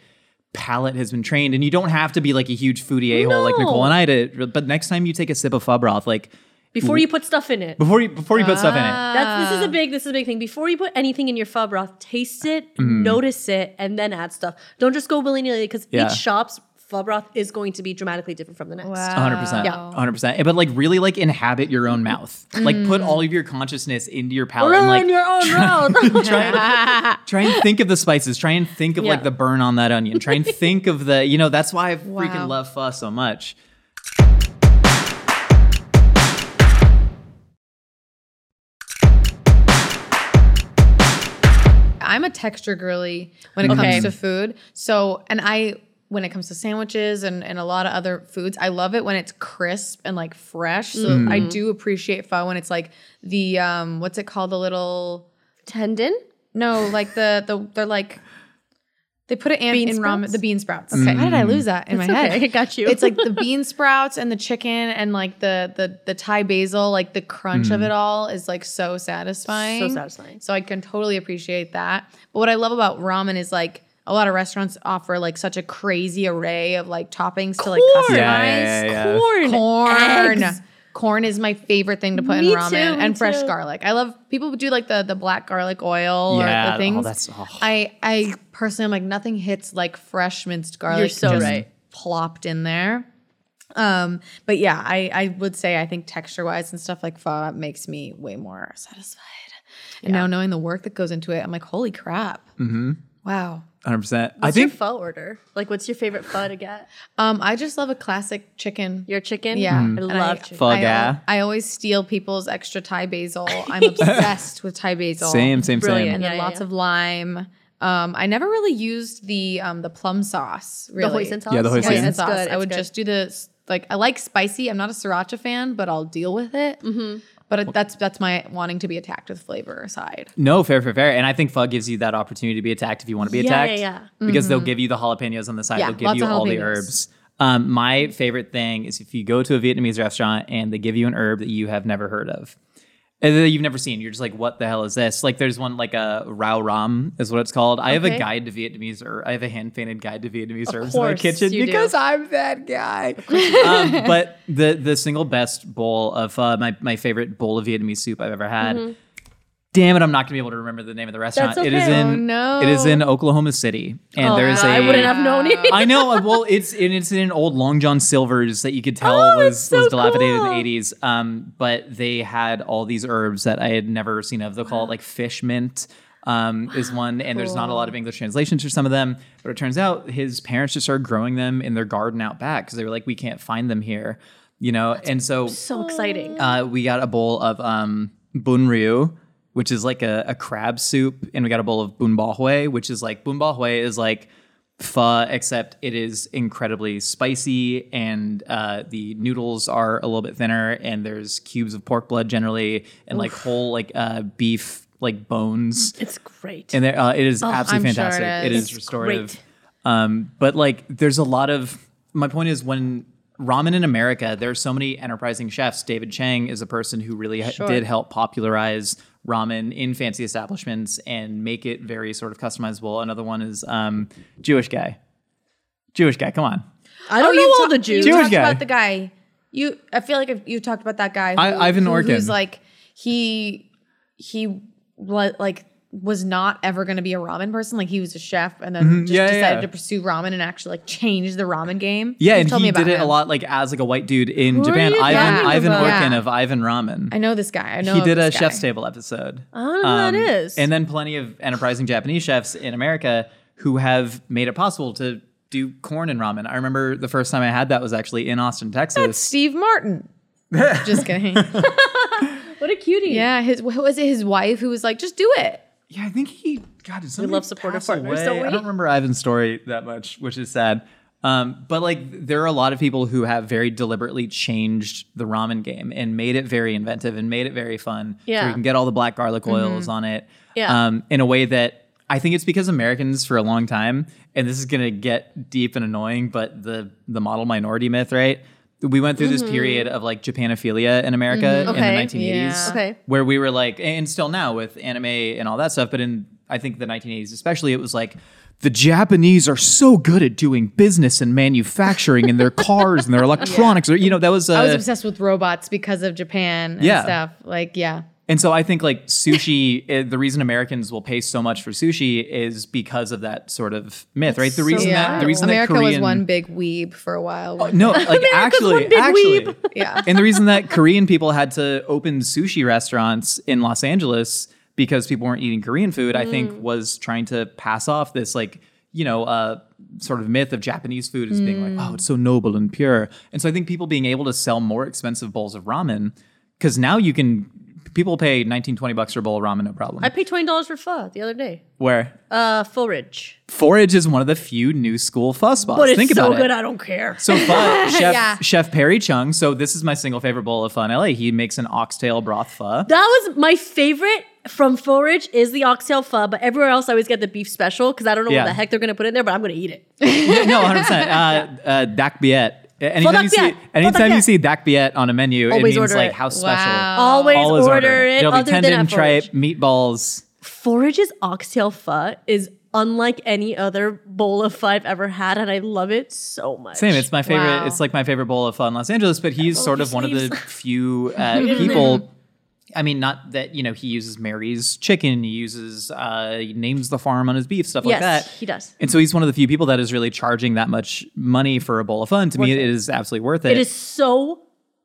S3: palate has been trained, and you don't have to be like a huge foodie a hole like Nicole and I did. But next time you take a sip of pho broth, like
S2: Before you put stuff in it.
S3: before uh, you before you put stuff in it,
S5: Ah.
S2: That's, this is a big this is a big thing. Before you put anything in your pho broth, taste it,
S3: Mm.
S2: notice it, and then add stuff. Don't just go willy nilly because
S3: Yeah.
S2: each shop's pho broth is going to be dramatically different from the next.
S5: Wow.
S3: 100%.
S2: Yeah.
S3: 100%. But like really like inhabit your
S5: Mm-hmm.
S3: own mouth. Like put all of your consciousness into your palate and like
S2: Ruin your own
S3: [LAUGHS]
S2: [LAUGHS] road. [LAUGHS]
S3: try and think of the spices. Try and think of
S2: Yeah.
S3: like the burn on that onion. Try and think of the, you know, that's why I
S5: Wow.
S3: freaking love pho so much.
S5: I'm a texture girly when it
S2: Okay.
S5: comes to food. So, and I, when it comes to sandwiches and, and a lot of other foods, I love it when it's crisp and like fresh. So I do appreciate pho when it's like the, um, what's it called? The little,
S2: Tendon?
S5: no, like the, the, they're like, they put it in,
S2: Bean
S5: in ramen,
S2: sprouts?
S5: the bean sprouts. Okay. How did I lose that in
S2: It's
S5: my
S2: okay.
S5: head?
S2: I got you.
S5: It's like [LAUGHS] the bean sprouts and the chicken and like the, the, the Thai basil, like the crunch of it all is like so satisfying.
S2: So satisfying.
S5: Mm. So I can totally appreciate that. But what I love about ramen is like a lot of restaurants offer like such a crazy array of like toppings to like
S2: Corn.
S5: customize.
S3: Yeah, yeah, yeah, yeah.
S2: Corn.
S5: Corn.
S2: Eggs.
S5: Corn is my favorite thing to put
S2: Me
S5: in
S2: too,
S5: ramen
S2: me
S5: and fresh
S2: too.
S5: garlic. I love people do like the the black garlic oil or
S3: Yeah,
S5: the
S3: oh,
S5: things.
S3: that's- oh.
S5: I I personally I'm like nothing hits like fresh minced garlic
S2: You're so
S5: just
S2: right.
S5: plopped in there. Um, but yeah, I I would say I think texture wise and stuff like pho makes me way more satisfied. And now knowing the work that goes into it, I'm like, holy crap! Mm-hmm. Wow.
S3: 100%. I
S2: What's your
S3: think
S2: pho order? Like, what's your favorite pho to get?
S5: Um, I just love a classic chicken.
S2: Your chicken?
S3: Mm.
S5: Yeah.
S2: I
S5: And
S2: love
S5: I-
S2: chicken.
S3: pho
S5: I, al-
S3: ga.
S5: I always steal people's extra Thai basil. I'm obsessed with Thai basil.
S3: Same, same,
S2: Brilliant.
S5: And
S3: same.
S5: then
S2: Yeah, yeah,
S5: lots
S2: yeah.
S5: of lime. Um, I never really used the um the plum sauce.
S2: The
S5: Really.
S2: hoisin sauce?
S3: Yeah, the hoisin.
S5: Hoisin
S2: Yeah, it's
S5: sauce.
S2: good.
S5: I would just do the s- like I like spicy. I'm not a sriracha fan, but I'll deal with it. Mm-hmm. But it, that's that's my wanting to be attacked with flavor side.
S3: No, fair, fair, fair. And I think pho gives you that opportunity to be attacked if you want to be
S2: Yeah,
S3: attacked.
S2: yeah, Mm-hmm. yeah.
S3: Because they'll give you the jalapenos on the side,
S5: Yeah,
S3: they'll give
S5: lots
S3: you
S5: of
S3: all the
S5: jalapenos.
S3: herbs. Um, my favorite thing is if you go to a Vietnamese restaurant and they give you an herb that you have never heard of. and that you've never seen. You're just like, what the hell is this? Like, there's one like a rau ram is what it's called. I have
S2: Okay.
S3: a guide to Vietnamese or I have a hand painted guide to Vietnamese herbs in my
S2: course
S3: kitchen
S2: you do.
S3: because I'm that guy. um, but the the single best bowl of uh, my my favorite bowl of Vietnamese soup I've ever had.
S2: Mm-hmm.
S3: Damn it! I'm not gonna be able to remember the name of the restaurant. It is
S2: okay.
S3: in
S5: Oh, no.
S3: it is in Oklahoma City, and
S2: Oh,
S3: there is a
S2: I wouldn't have known it.
S3: I know. uh, Well, it's and it's in an old Long John Silver's that you could tell
S2: Oh,
S3: was,
S2: that's so
S3: was dilapidated in
S2: cool.
S3: the eighties. Um, but they had all these herbs that I had never seen of. They call it like fish mint. Um, is one, and there's not a lot of English translations for some of them. But it turns out his parents just started growing them in their garden out back because they were like, we can't find them here, you know. and so
S2: So exciting.
S3: uh, we got a bowl of um, bunryu, which is like a, a crab soup, and we got a bowl of bunbahue, which is like bunbahue is like pho, except it is incredibly spicy, and uh, the noodles are a little bit thinner, and there's cubes of pork blood generally, and like whole like uh, beef like bones.
S2: it's great.
S3: And there, uh, it is absolutely
S5: Oh, I'm sure it
S3: fantastic.
S5: is.
S3: it is
S2: It's
S3: restorative.
S2: great.
S3: Um, but like, there's a lot of. My point is when ramen in America, there are so many enterprising chefs. David Chang is a person who really ha- did help popularize ramen in fancy establishments and make it very sort of customizable. Another one is um, Jewish guy. Jewish guy, come on.
S2: I don't know
S5: you've
S2: all
S5: ta-
S2: Oh, the Jews.
S5: You
S3: Jewish
S5: talked
S3: guy.
S5: about the guy. You, I feel like I've- you talked about that guy.
S3: I- Ivan
S5: who- Who's
S3: Orkin.
S5: like he he li- like was not ever going to be a ramen person. Like he was a chef and then just
S3: Mm-hmm. yeah,
S5: decided
S3: yeah.
S5: to pursue ramen and actually like change the ramen game.
S3: Yeah,
S5: You've
S3: and
S5: told
S3: he
S5: me about
S3: did it a
S5: him.
S3: lot like as like a white dude in Japan.
S2: you
S3: Ivan
S5: talking
S3: Ivan
S5: about?
S3: Orkin
S5: Yeah.
S3: of Ivan Ramen.
S5: I know this guy. I know
S3: he
S5: of
S3: did a
S5: this
S3: chef's
S5: guy.
S3: table episode.
S2: I don't know who that is.
S3: And then plenty of enterprising Japanese chefs in America who have made it possible to do corn and ramen. I remember the first time I had that was actually in Austin, Texas. [LAUGHS]
S5: Steve Martin. just kidding.
S2: what a cutie.
S5: Yeah, his what was it his wife who was like, just do it.
S3: yeah, I think he God, did somebody
S2: love supportive
S3: pass
S2: partners,
S3: away?
S2: don't we?
S3: I don't remember Ivan's story that much, which is sad. Um, but like there are a lot of people who have very deliberately changed the ramen game and made it very inventive and made it very fun. So
S2: Yeah. Mm-hmm.
S3: you can get all the black garlic oils on it.
S2: Yeah.
S3: Um, in a way that I think it's because Americans for a long time, and this is gonna get deep and annoying, but the the model minority myth, right? We went through this period of like Japanophilia in America
S2: Mm-hmm. Okay.
S3: in the 1980s
S5: Yeah.
S2: Okay.
S3: where we were like, and still now with anime and all that stuff, but in I think the 1980s especially, it was like the Japanese are so good at doing business and manufacturing and their cars and
S5: [LAUGHS]
S3: their electronics. Or, you know, that was, uh,
S5: I was obsessed with robots because of Japan and
S3: Yeah.
S5: stuff. Like, yeah.
S3: and so I think like sushi, [LAUGHS] eh, the reason Americans will pay so much for sushi is because of that sort of myth, right? The reason that the
S5: Yeah.
S3: reason
S5: America
S3: that Korean Oh,
S5: was one big weeb for a while.
S2: [LAUGHS]
S5: when-
S3: no, like actually,
S2: big
S3: actually,
S2: weeb.
S5: Yeah.
S3: [LAUGHS] and the reason that Korean people had to open sushi restaurants in Los Angeles because people weren't eating Korean food, I
S2: Mm.
S3: think, was trying to pass off this like you know uh, sort of myth of Japanese food as being
S2: Mm.
S3: like oh it's so noble and pure, and so I think people being able to sell more expensive bowls of ramen because now you can people pay 19 20 bucks for a bowl of ramen no problem
S2: I paid twenty dollars for pho the other day.
S3: where
S2: Uh, full ridge.
S3: forage is one of the few new school fuss spots
S2: But it's
S3: think
S2: so
S3: about it
S2: good, I don't care. [LAUGHS]
S3: So pho, Chef,
S5: Yeah.
S3: Chef Perry Chung. So this is my single favorite bowl of pho in LA. He makes an oxtail broth pho.
S2: [LAUGHS] That was my favorite from Forage is the oxtail pho, but everywhere else I always get the beef special because I don't know
S3: Yeah.
S2: what the heck they're gonna put in there, but I'm gonna eat it.
S3: Yeah, no, 100. percent uh, uh, Dak Biet. Anytime you
S2: Dak
S3: see
S2: Biet.
S3: anytime
S2: Dak
S3: you see Dak Biet on a menu,
S2: Always
S3: it means
S2: order
S3: like
S2: it.
S3: how special.
S5: Wow.
S2: Always,
S3: Always
S2: order, it,
S3: It'll be
S2: other than
S3: tendon,
S2: at
S3: tripe,
S2: Forage.
S3: meatballs.
S2: Forage's oxtail pho is unlike any other bowl of pho I've ever had, and I love it so much.
S3: Same. It's my favorite.
S5: Wow.
S3: It's like my favorite bowl of pho in Los Angeles. But he's sort of one of the
S2: [LAUGHS] sleeves.
S3: few uh,
S2: Mm-hmm.
S3: people. I mean, not that you know he uses Mary's chicken. He uses uh, he names the farm on his beef stuff like
S2: yes,
S3: that.
S2: he does.
S3: And so he's one of the few people that is really charging that much money for a bowl of fun. To me, it is absolutely worth it.
S2: It is so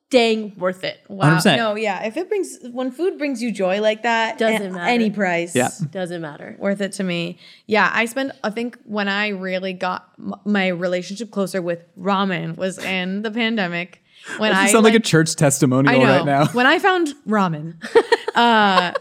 S2: dang worth it.
S5: Wow.
S3: 100%.
S5: No, yeah. If it brings when food brings you joy like that,
S2: Doesn't
S5: at
S2: matter.
S5: any price.
S3: Yeah.
S2: Doesn't matter.
S5: Worth it to me. Yeah, I spent I think when I really got m- my relationship closer with ramen was in the pandemic when I like-
S3: church testimonial
S5: I know.
S3: [LAUGHS]
S5: When I found ramen, uh,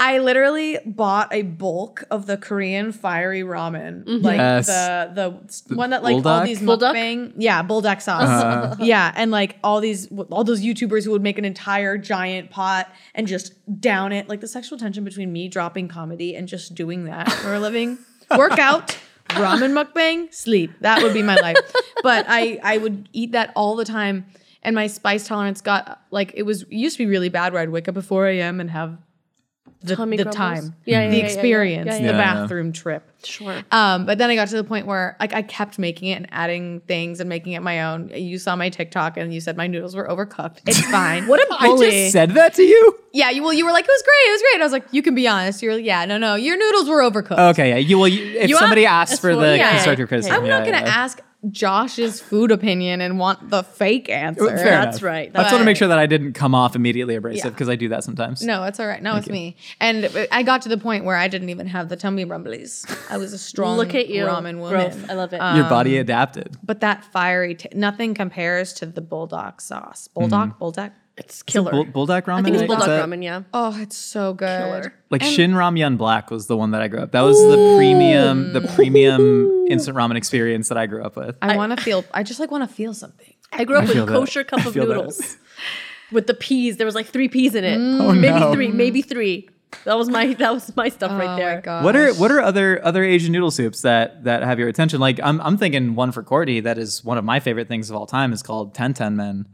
S5: I literally bought a bulk of the Korean fiery ramen, like
S3: Yes.
S5: the the one that like all
S3: bulldog?
S5: these
S2: Bulldog?
S5: mukbang, yeah, bulldog sauce, [LAUGHS] yeah, and like all these all those YouTubers who would make an entire giant pot and just down it. Like the sexual tension between me dropping comedy and just doing that for a living, workout. Ramen mukbang, sleep. That would be my life. But I I would eat that all the time, and my spice tolerance got like it was it used to be really bad where I'd wake up at 4 a.m. and have the,
S2: Tummy
S5: the
S2: grumbles?
S5: time,
S2: Yeah, yeah,
S5: the
S2: yeah, yeah, yeah.
S5: experience,
S2: Yeah,
S5: the
S2: yeah.
S3: Yeah.
S5: bathroom trip.
S2: Sure.
S5: Um, but then I got to the point where like I kept making it and adding things and making it my own. You saw my TikTok and you said my noodles were overcooked.
S3: [LAUGHS]
S5: It's fine. what a
S3: I just said that to you.
S5: yeah, you well, you were like, it was great, it was great. I was like, you can be honest. You're like, yeah, no, no, your noodles were overcooked.
S3: Okay, yeah. You well, you, if
S5: You want-
S3: somebody asks for
S2: what-
S3: the
S2: yeah, yeah,
S3: constructive
S2: yeah.
S3: criticism,
S5: I'm not
S3: yeah,
S5: gonna
S3: yeah.
S5: ask Josh's food opinion and want the fake answer.
S3: Fair
S2: That's
S3: enough.
S2: right.
S3: I just want
S5: But-
S3: to make sure that I didn't come off immediately abrasive
S5: Yeah.
S3: because I do that sometimes.
S5: No, it's all right. No, it's me. And I got to the point where I didn't even have the tummy rumblies. I was a strong
S2: Look at you.
S5: ramen woman.
S2: Growth. I love it.
S3: your body adapted.
S5: But that fiery, t- nothing compares to the bulldog sauce. Bulldog,
S2: Mm.
S5: bulldog.
S2: it's killer.
S3: Bull, bulldog ramen.
S2: I think it's
S3: like,
S2: bulldog
S3: is that-
S2: ramen, yeah.
S5: Oh, it's so good.
S2: Killer.
S3: Like Shin Ramyun Black was the one that I grew up. That was the premium, the premium instant ramen experience that I grew up with.
S5: I want to feel. I just like want to feel something. Oh
S2: I grew up with
S3: feel that.
S2: kosher cup
S3: I
S2: of
S3: feel that.
S2: noodles with the peas. There was like three peas in it. maybe
S3: Mm. Oh, no.
S2: three, maybe three. That was my that was Oh my stuff right there.
S3: What are what are other other Asian noodle soups that that have your attention? Like I'm I'm thinking one for Courtney that is one of my favorite things of all time is called Ten Ten Men.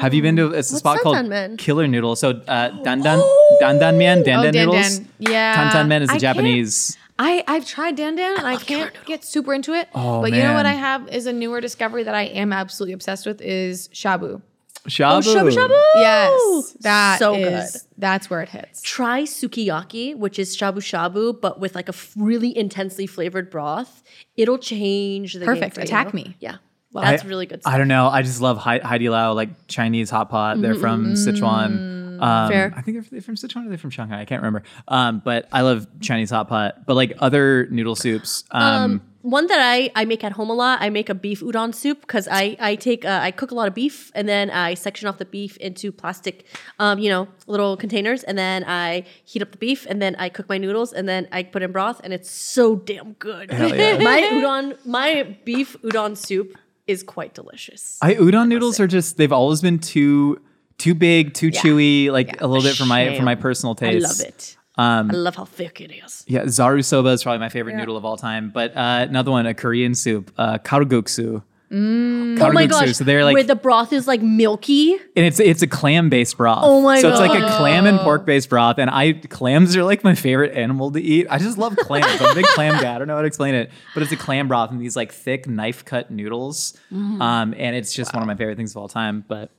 S3: Have you been to it's a spot
S2: Ten
S3: called
S2: Ten Men?
S3: Killer Noodle? So uh, dan dan dan dan mian dan
S5: Oh,
S3: dan
S5: dan
S3: noodles.
S5: dan. Yeah.
S3: Tan Tan Men is
S5: I
S3: the
S5: can't-
S3: Japanese.
S5: I I've tried dan dan and I can't get super into it.
S3: Oh,
S5: but you know what
S3: man.
S5: I have is a newer discovery that I am absolutely obsessed with is shabu.
S3: Shabu.
S2: Oh, shabu shabu.
S5: Yes, that
S2: so
S5: is-
S2: good.
S5: That's where it hits.
S2: Try sukiyaki, which is shabu shabu, but with like a f- really intensely flavored broth. It'll change the game
S5: Perfect.
S2: for you.
S5: Attack me.
S2: Yeah, that's
S3: I-
S2: really good. Stuff.
S3: I don't know. I just love Hai- Heidi Lao, like Chinese hot pot. They're from Sichuan. Um,
S2: Mm-hmm. Fair.
S3: I think they're- they're from Sichuan or they're from Shanghai. I can't remember. Um, but I love Chinese hot pot. But like other noodle soups,
S2: Oh,
S3: um,
S2: One that I, I make at home a lot, I make a beef udon soup because I, I take uh, I cook a lot of beef and then I section off the beef into plastic, um, you know, little containers and then I heat up the beef and then I cook my noodles and then I put in broth and it's so damn good.
S3: Hell yeah.
S2: [LAUGHS] my udon, my beef udon soup is quite delicious.
S3: I udon noodles are just they've always been too too big, too chewy, like a little bit for my for my
S2: Shame.
S3: personal
S2: I
S3: taste.
S2: love it.
S3: um,
S2: I love how thick it is.
S3: Yeah, zaru soba is probably my favorite noodle of all time. But uh, another one, a Korean soup, uh, karuguksu. Mm.
S2: Oh my gosh!
S3: So they're like,
S2: where the broth is like milky.
S3: and it's it's a clam based broth.
S2: Oh my
S3: So it's like a
S2: God.
S3: clam and pork based broth. And I clams are like my favorite animal to eat. I just love clams. I'm a big clam guy. I don't know how to explain it, but it's a clam broth and these like thick knife cut noodles.
S2: Mm-hmm.
S3: Um, and it's just one of my favorite things of all time. But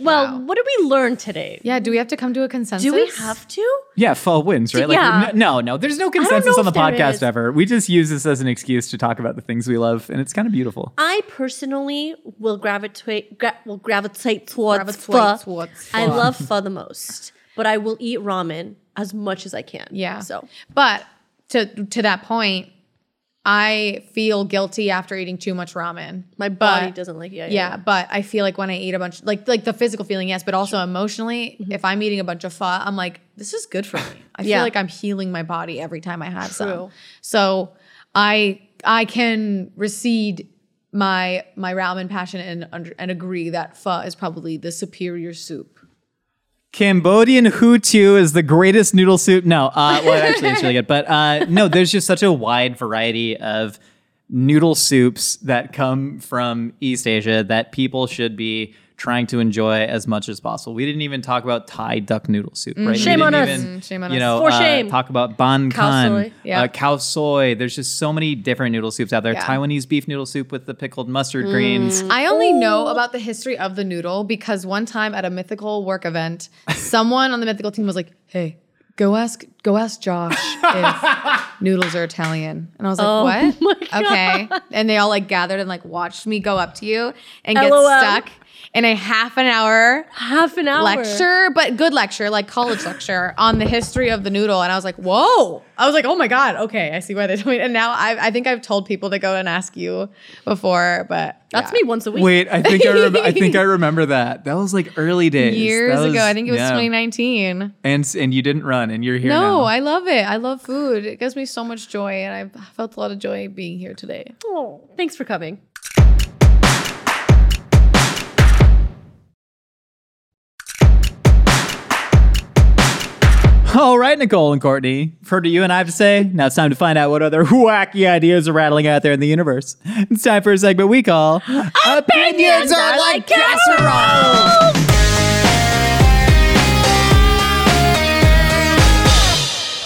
S2: Well, what did we learn today?
S5: Yeah. Do we have to come to a consensus?
S2: Do we have to?
S3: Yeah, fall wins, right?
S2: Yeah.
S3: Like, n- no, no, there's no consensus
S2: know
S3: on the
S2: if there
S3: podcast
S2: is.
S3: ever. We just use this as an excuse to talk about the things we love, and it's kind of beautiful.
S2: I personally will gravitate gra- will gravitate towards
S5: Gravitate
S2: pho.
S5: towards
S2: I
S5: pho.
S2: love pho the most, but I will eat ramen as much as I can.
S5: Yeah.
S2: So
S5: but to to that point, I feel guilty after eating too much ramen.
S2: my
S5: But-
S2: body doesn't like it. Yeah.
S5: Yeah, but I feel like when I eat a bunch, like like the physical feeling, yes, but also emotionally, if I'm eating a bunch of pho, I'm like, this is good for me. I
S2: Yeah.
S5: feel like I'm healing my body every time I have some.
S2: True.
S5: So I I can recede my my ramen passion and under, and agree that pho is probably the superior soup.
S3: Cambodian Hutu is the greatest noodle soup. No, uh, well, actually, it's really good. But uh, no, there's just such a wide variety of noodle soups that come from East Asia that people should be trying to enjoy as much as possible. We didn't even talk about Thai duck noodle soup, right? We
S2: Shame
S3: didn't
S2: on us.
S3: even,
S5: Mm, shame on
S3: you
S5: us.
S3: know,
S2: For
S3: uh,
S2: shame.
S3: Talk about ban
S2: Khao
S3: khan,
S2: soy,
S5: yeah.
S3: uh, cow soy. There's just so many different noodle soups out there.
S5: Yeah.
S3: Taiwanese beef noodle soup with the pickled mustard
S2: Mm.
S3: greens.
S5: I only know
S2: Oh.
S5: about the history of the noodle because one time at a mythical work event, someone on the mythical team was like, "Hey, go ask go ask Josh
S2: [LAUGHS]
S5: if noodles are Italian." And I was like,
S2: Oh
S5: "What?" Okay. And they all like gathered and like watched me go up to you and get
S2: LOL.
S5: stuck in a half an hour
S2: Half an hour
S5: lecture, but good lecture, like college lecture on the history of the noodle. And I was like, whoa. I was like, oh my God. Okay. I see why they told me. And now I, I think I've told people to go and ask you before, but
S2: That's
S5: yeah.
S2: me once a week.
S3: Wait, I think I, rem- I think I remember that. That was like early days.
S5: years
S3: That
S5: ago. I think it was
S3: yeah.
S5: 2019.
S3: And and you didn't run, and you're here
S5: No,
S3: now.
S5: I love it. I love food. It gives me so much joy. And I felt a lot of joy being here today.
S2: Oh, thanks for coming. [LAUGHS]
S3: All right, Nicole and Courtney, I've heard what you and I have to say. Now it's time to find out what other wacky ideas are rattling out there in the universe. It's time for a segment we call "Opinions Are Like Casserole."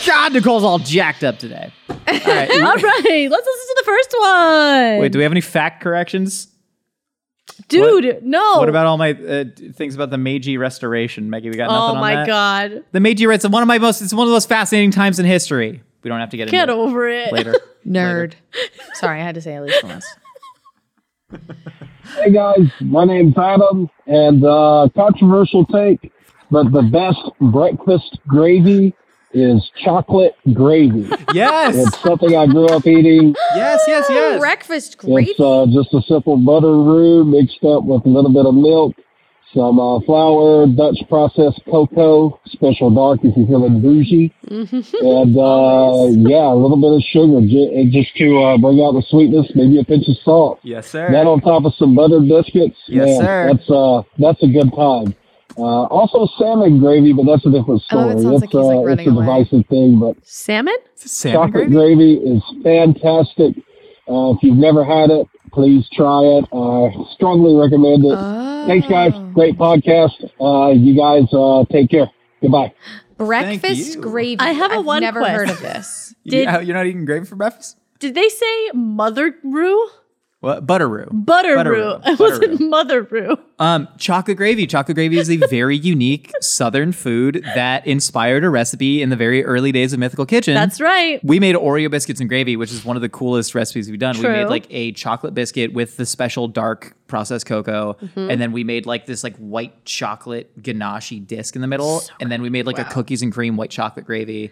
S3: God, Nicole's all jacked up today. All right,
S2: All right, let's listen to the first one.
S3: wait, do we have any fact corrections?
S2: Dude, no.
S3: What about all my uh, things about the Meiji Restoration, Maggie? We got nothing
S2: Oh
S3: on
S2: my
S3: that?
S2: god.
S3: The Meiji Restoration. One of my most. It's one of the most fascinating times in history. We don't have to get,
S2: Get
S3: into
S2: over it.
S3: it later.
S5: Nerd. Sorry, I had to say at least once.
S6: Hey guys, my name's Adam, and uh, controversial take, but the best breakfast gravy is chocolate gravy.
S3: yes, [LAUGHS]
S6: It's something I grew up eating.
S3: yes, yes, yes.
S5: Breakfast
S6: It's uh, just a simple butter roux mixed up with a little bit of milk, some uh, flour, Dutch processed cocoa, special dark if you're feeling bougie, and uh, yeah, a little bit of sugar ju- just to uh, bring out the sweetness, maybe a pinch of salt.
S3: yes,
S6: That
S3: sir.
S6: on top of some buttered biscuits.
S3: Yes,
S6: man,
S3: sir.
S6: That's uh, that's a good time. Uh, also salmon gravy, but that's a different
S5: Oh, it
S6: story.
S5: sounds like
S6: it's,
S5: he's, like,
S6: uh,
S5: running
S6: it's a
S5: away.
S6: divisive thing, but
S2: Salmon?
S3: Salmon
S6: chocolate
S3: gravy.
S6: gravy is fantastic. Uh, if you've never had it, please try it. I strongly recommend it. Thanks, guys.
S5: Oh.
S6: Great podcast. Uh, you guys uh, take care. Goodbye.
S5: Breakfast
S3: you.
S5: gravy.
S2: I have a
S5: I've
S2: one
S5: never
S2: quest.
S5: heard of this.
S3: You-
S2: Did-
S3: how- you're not eating gravy for breakfast?
S2: Did they say mother roux?
S3: What? Butteroo.
S2: Butter,
S3: Butter
S2: [LAUGHS] roux.
S3: roux.
S2: I
S3: Butter
S2: wasn't
S3: roux.
S2: mother roux.
S3: Um, chocolate gravy. Chocolate gravy is a very unique Southern food that inspired a recipe in the very early days of Mythical Kitchen.
S2: That's right.
S3: We made Oreo biscuits and gravy, which is one of the coolest recipes we've done.
S2: True.
S3: We made like a chocolate biscuit with the special dark processed cocoa,
S2: Mm-hmm.
S3: and then we made like this like white chocolate ganache disc in the middle, and then we made like a cookies and cream white chocolate gravy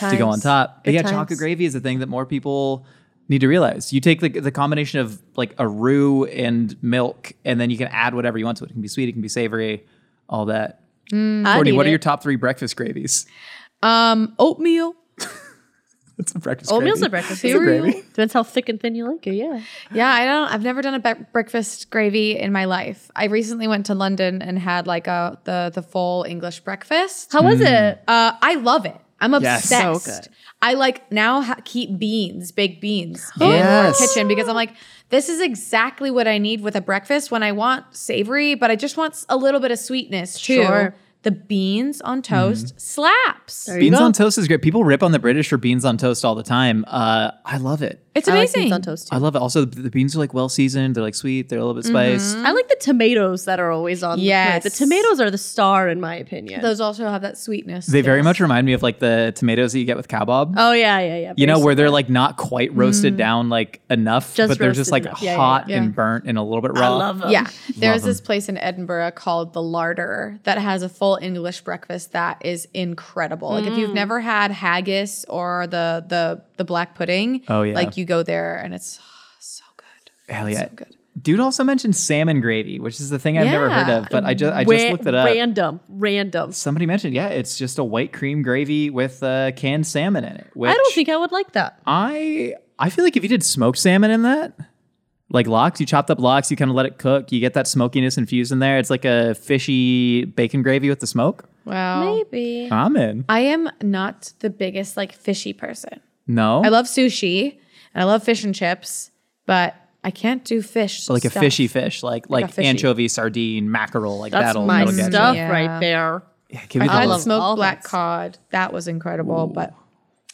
S3: to go on top. But yeah, chocolate gravy is a thing that more people need to realize. You take the, the combination of like a roux and milk, and then you can add whatever you want to it. It can be sweet, it can be savory, all that.
S2: Mm.
S3: Courtney, what are your top three breakfast gravies? [LAUGHS]
S5: Um, oatmeal.
S3: That's a breakfast.
S2: Oatmeal's
S3: gravy.
S2: a breakfast
S5: Cereal.
S2: cereal. Depends how thick and thin you like it. Yeah.
S5: Yeah, I don't. I've never done a bre- breakfast gravy in my life. I recently went to London and had like a the the full English breakfast.
S2: How was it?
S5: Uh, I love it. I'm obsessed.
S2: Mm. So good.
S5: I like now ha- keep beans, baked beans in our
S3: Yes.
S5: kitchen because I'm like, this is exactly what I need with a breakfast when I want savory, but I just want s- a little bit of sweetness too.
S2: Sure.
S5: The beans on toast
S3: Mm-hmm.
S5: slaps.
S2: There you
S3: Beans
S2: go.
S3: on toast is great. People rip on the British for beans on toast all the time. Uh, I love it.
S5: It's
S2: I like
S5: amazing.
S2: beans on toast too.
S3: I love it. Also, the the beans are like well seasoned. They're like sweet. They're a little bit spiced.
S2: I like the tomatoes that are always on.
S5: Yes.
S2: the, plate. the tomatoes are the star in my opinion.
S5: Those also have that sweetness.
S3: They very much remind me of like the tomatoes that you get with kabob.
S2: oh yeah, yeah, yeah.
S3: you know,
S2: Very Mm.
S3: where they're like not quite roasted down like enough,
S2: Just
S3: but they're just
S2: roasted
S3: like
S2: enough. Yeah, yeah,
S3: hot
S5: yeah.
S3: and burnt and a little bit
S2: sweet. I
S3: raw.
S2: love them.
S5: Yeah. There's
S3: them.
S5: this place in Edinburgh called The Larder that has a full English breakfast that is incredible. Like
S3: Mm.
S5: if you've never had haggis or the the the black pudding,
S3: Oh, yeah.
S5: like you go there and it's so good.
S3: Hell yeah.
S5: So good.
S3: Dude also mentioned salmon gravy, which is the thing I've never heard
S5: Yeah.
S3: of, but I just I
S2: Ra-
S3: just looked it up.
S2: Random, random.
S3: Somebody mentioned, yeah, it's just a white cream gravy with uh, canned salmon in it. Which
S2: I don't think I would like that.
S3: I I feel like if you did smoked salmon in that, like lox, you chopped up lox, you kind of let it cook, you get that smokiness infused in there. It's like a fishy bacon gravy with the smoke.
S5: Wow.
S2: Maybe.
S3: I'm in.
S5: I am not the biggest like fishy person.
S3: No,
S5: I love sushi and I love fish and chips, but I can't do fish.
S3: So like a
S5: stuff.
S3: fishy fish, like like
S5: a fishy.
S3: anchovy, sardine, mackerel, like
S2: That's
S3: that'll,
S2: my
S3: that'll get
S2: stuff
S3: you.
S5: Yeah.
S2: right there.
S3: Yeah, give me the
S5: I had
S2: love
S3: love.
S5: smoked
S2: all
S5: black
S2: that.
S5: cod. That was incredible, but